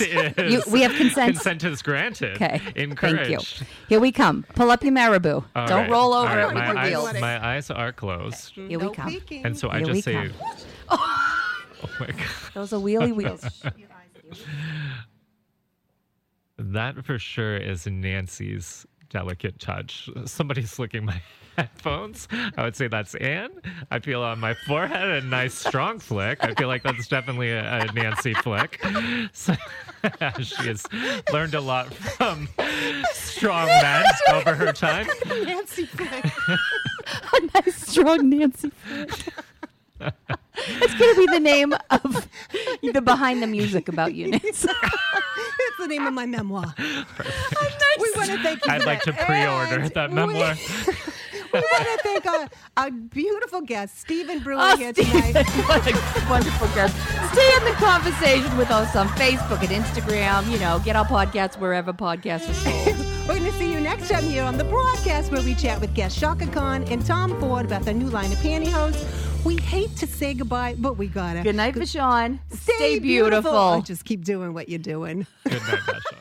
S4: is.
S1: You- we have consent.
S4: Consent is granted.
S1: Okay.
S4: Encouraged.
S1: Thank you. Here we come. Pull up your marabou.
S4: All
S1: Don't
S4: right.
S1: roll
S4: All
S1: over
S4: right,
S1: and
S4: My
S1: reveal.
S4: eyes, my eyes are closed.
S1: Here
S2: no
S1: we come.
S2: peeking.
S4: And so I
S1: Here we
S4: just say,
S1: come.
S4: oh my God.
S1: Those are wheelie wheels.
S4: That for sure is Nancy's delicate touch. Somebody's licking my headphones. I would say that's Anne. I feel on my forehead a nice strong flick. I feel like that's definitely a, a Nancy flick. So, she has learned a lot from strong men over her time.
S2: Nancy Flick.
S1: a nice strong Nancy. It's gonna be the name of the behind the music about you, Nancy.
S2: That's the name of my memoir. We want to thank you.
S4: I'd
S2: for
S4: like to
S2: that.
S4: pre-order
S2: And
S4: that
S2: we-
S4: memoir.
S2: We, want to thank our, our beautiful guest, Stephen Brewer,
S1: Oh,
S2: here
S1: Stephen,
S2: tonight.
S1: what a wonderful guest. Stay in the conversation with us on Facebook and Instagram. You know, get our podcasts wherever podcasts are sold.
S2: We're going to see you next time here on the broadcast where we chat with guest Shaka Khan and Tom Ford about their new line of pantyhose. We hate to say goodbye, but we gotta.
S1: Good night, Vashon.
S2: Stay,
S1: Stay
S2: beautiful.
S1: beautiful.
S2: Or just keep doing what you're doing.
S4: Good night, Dasha.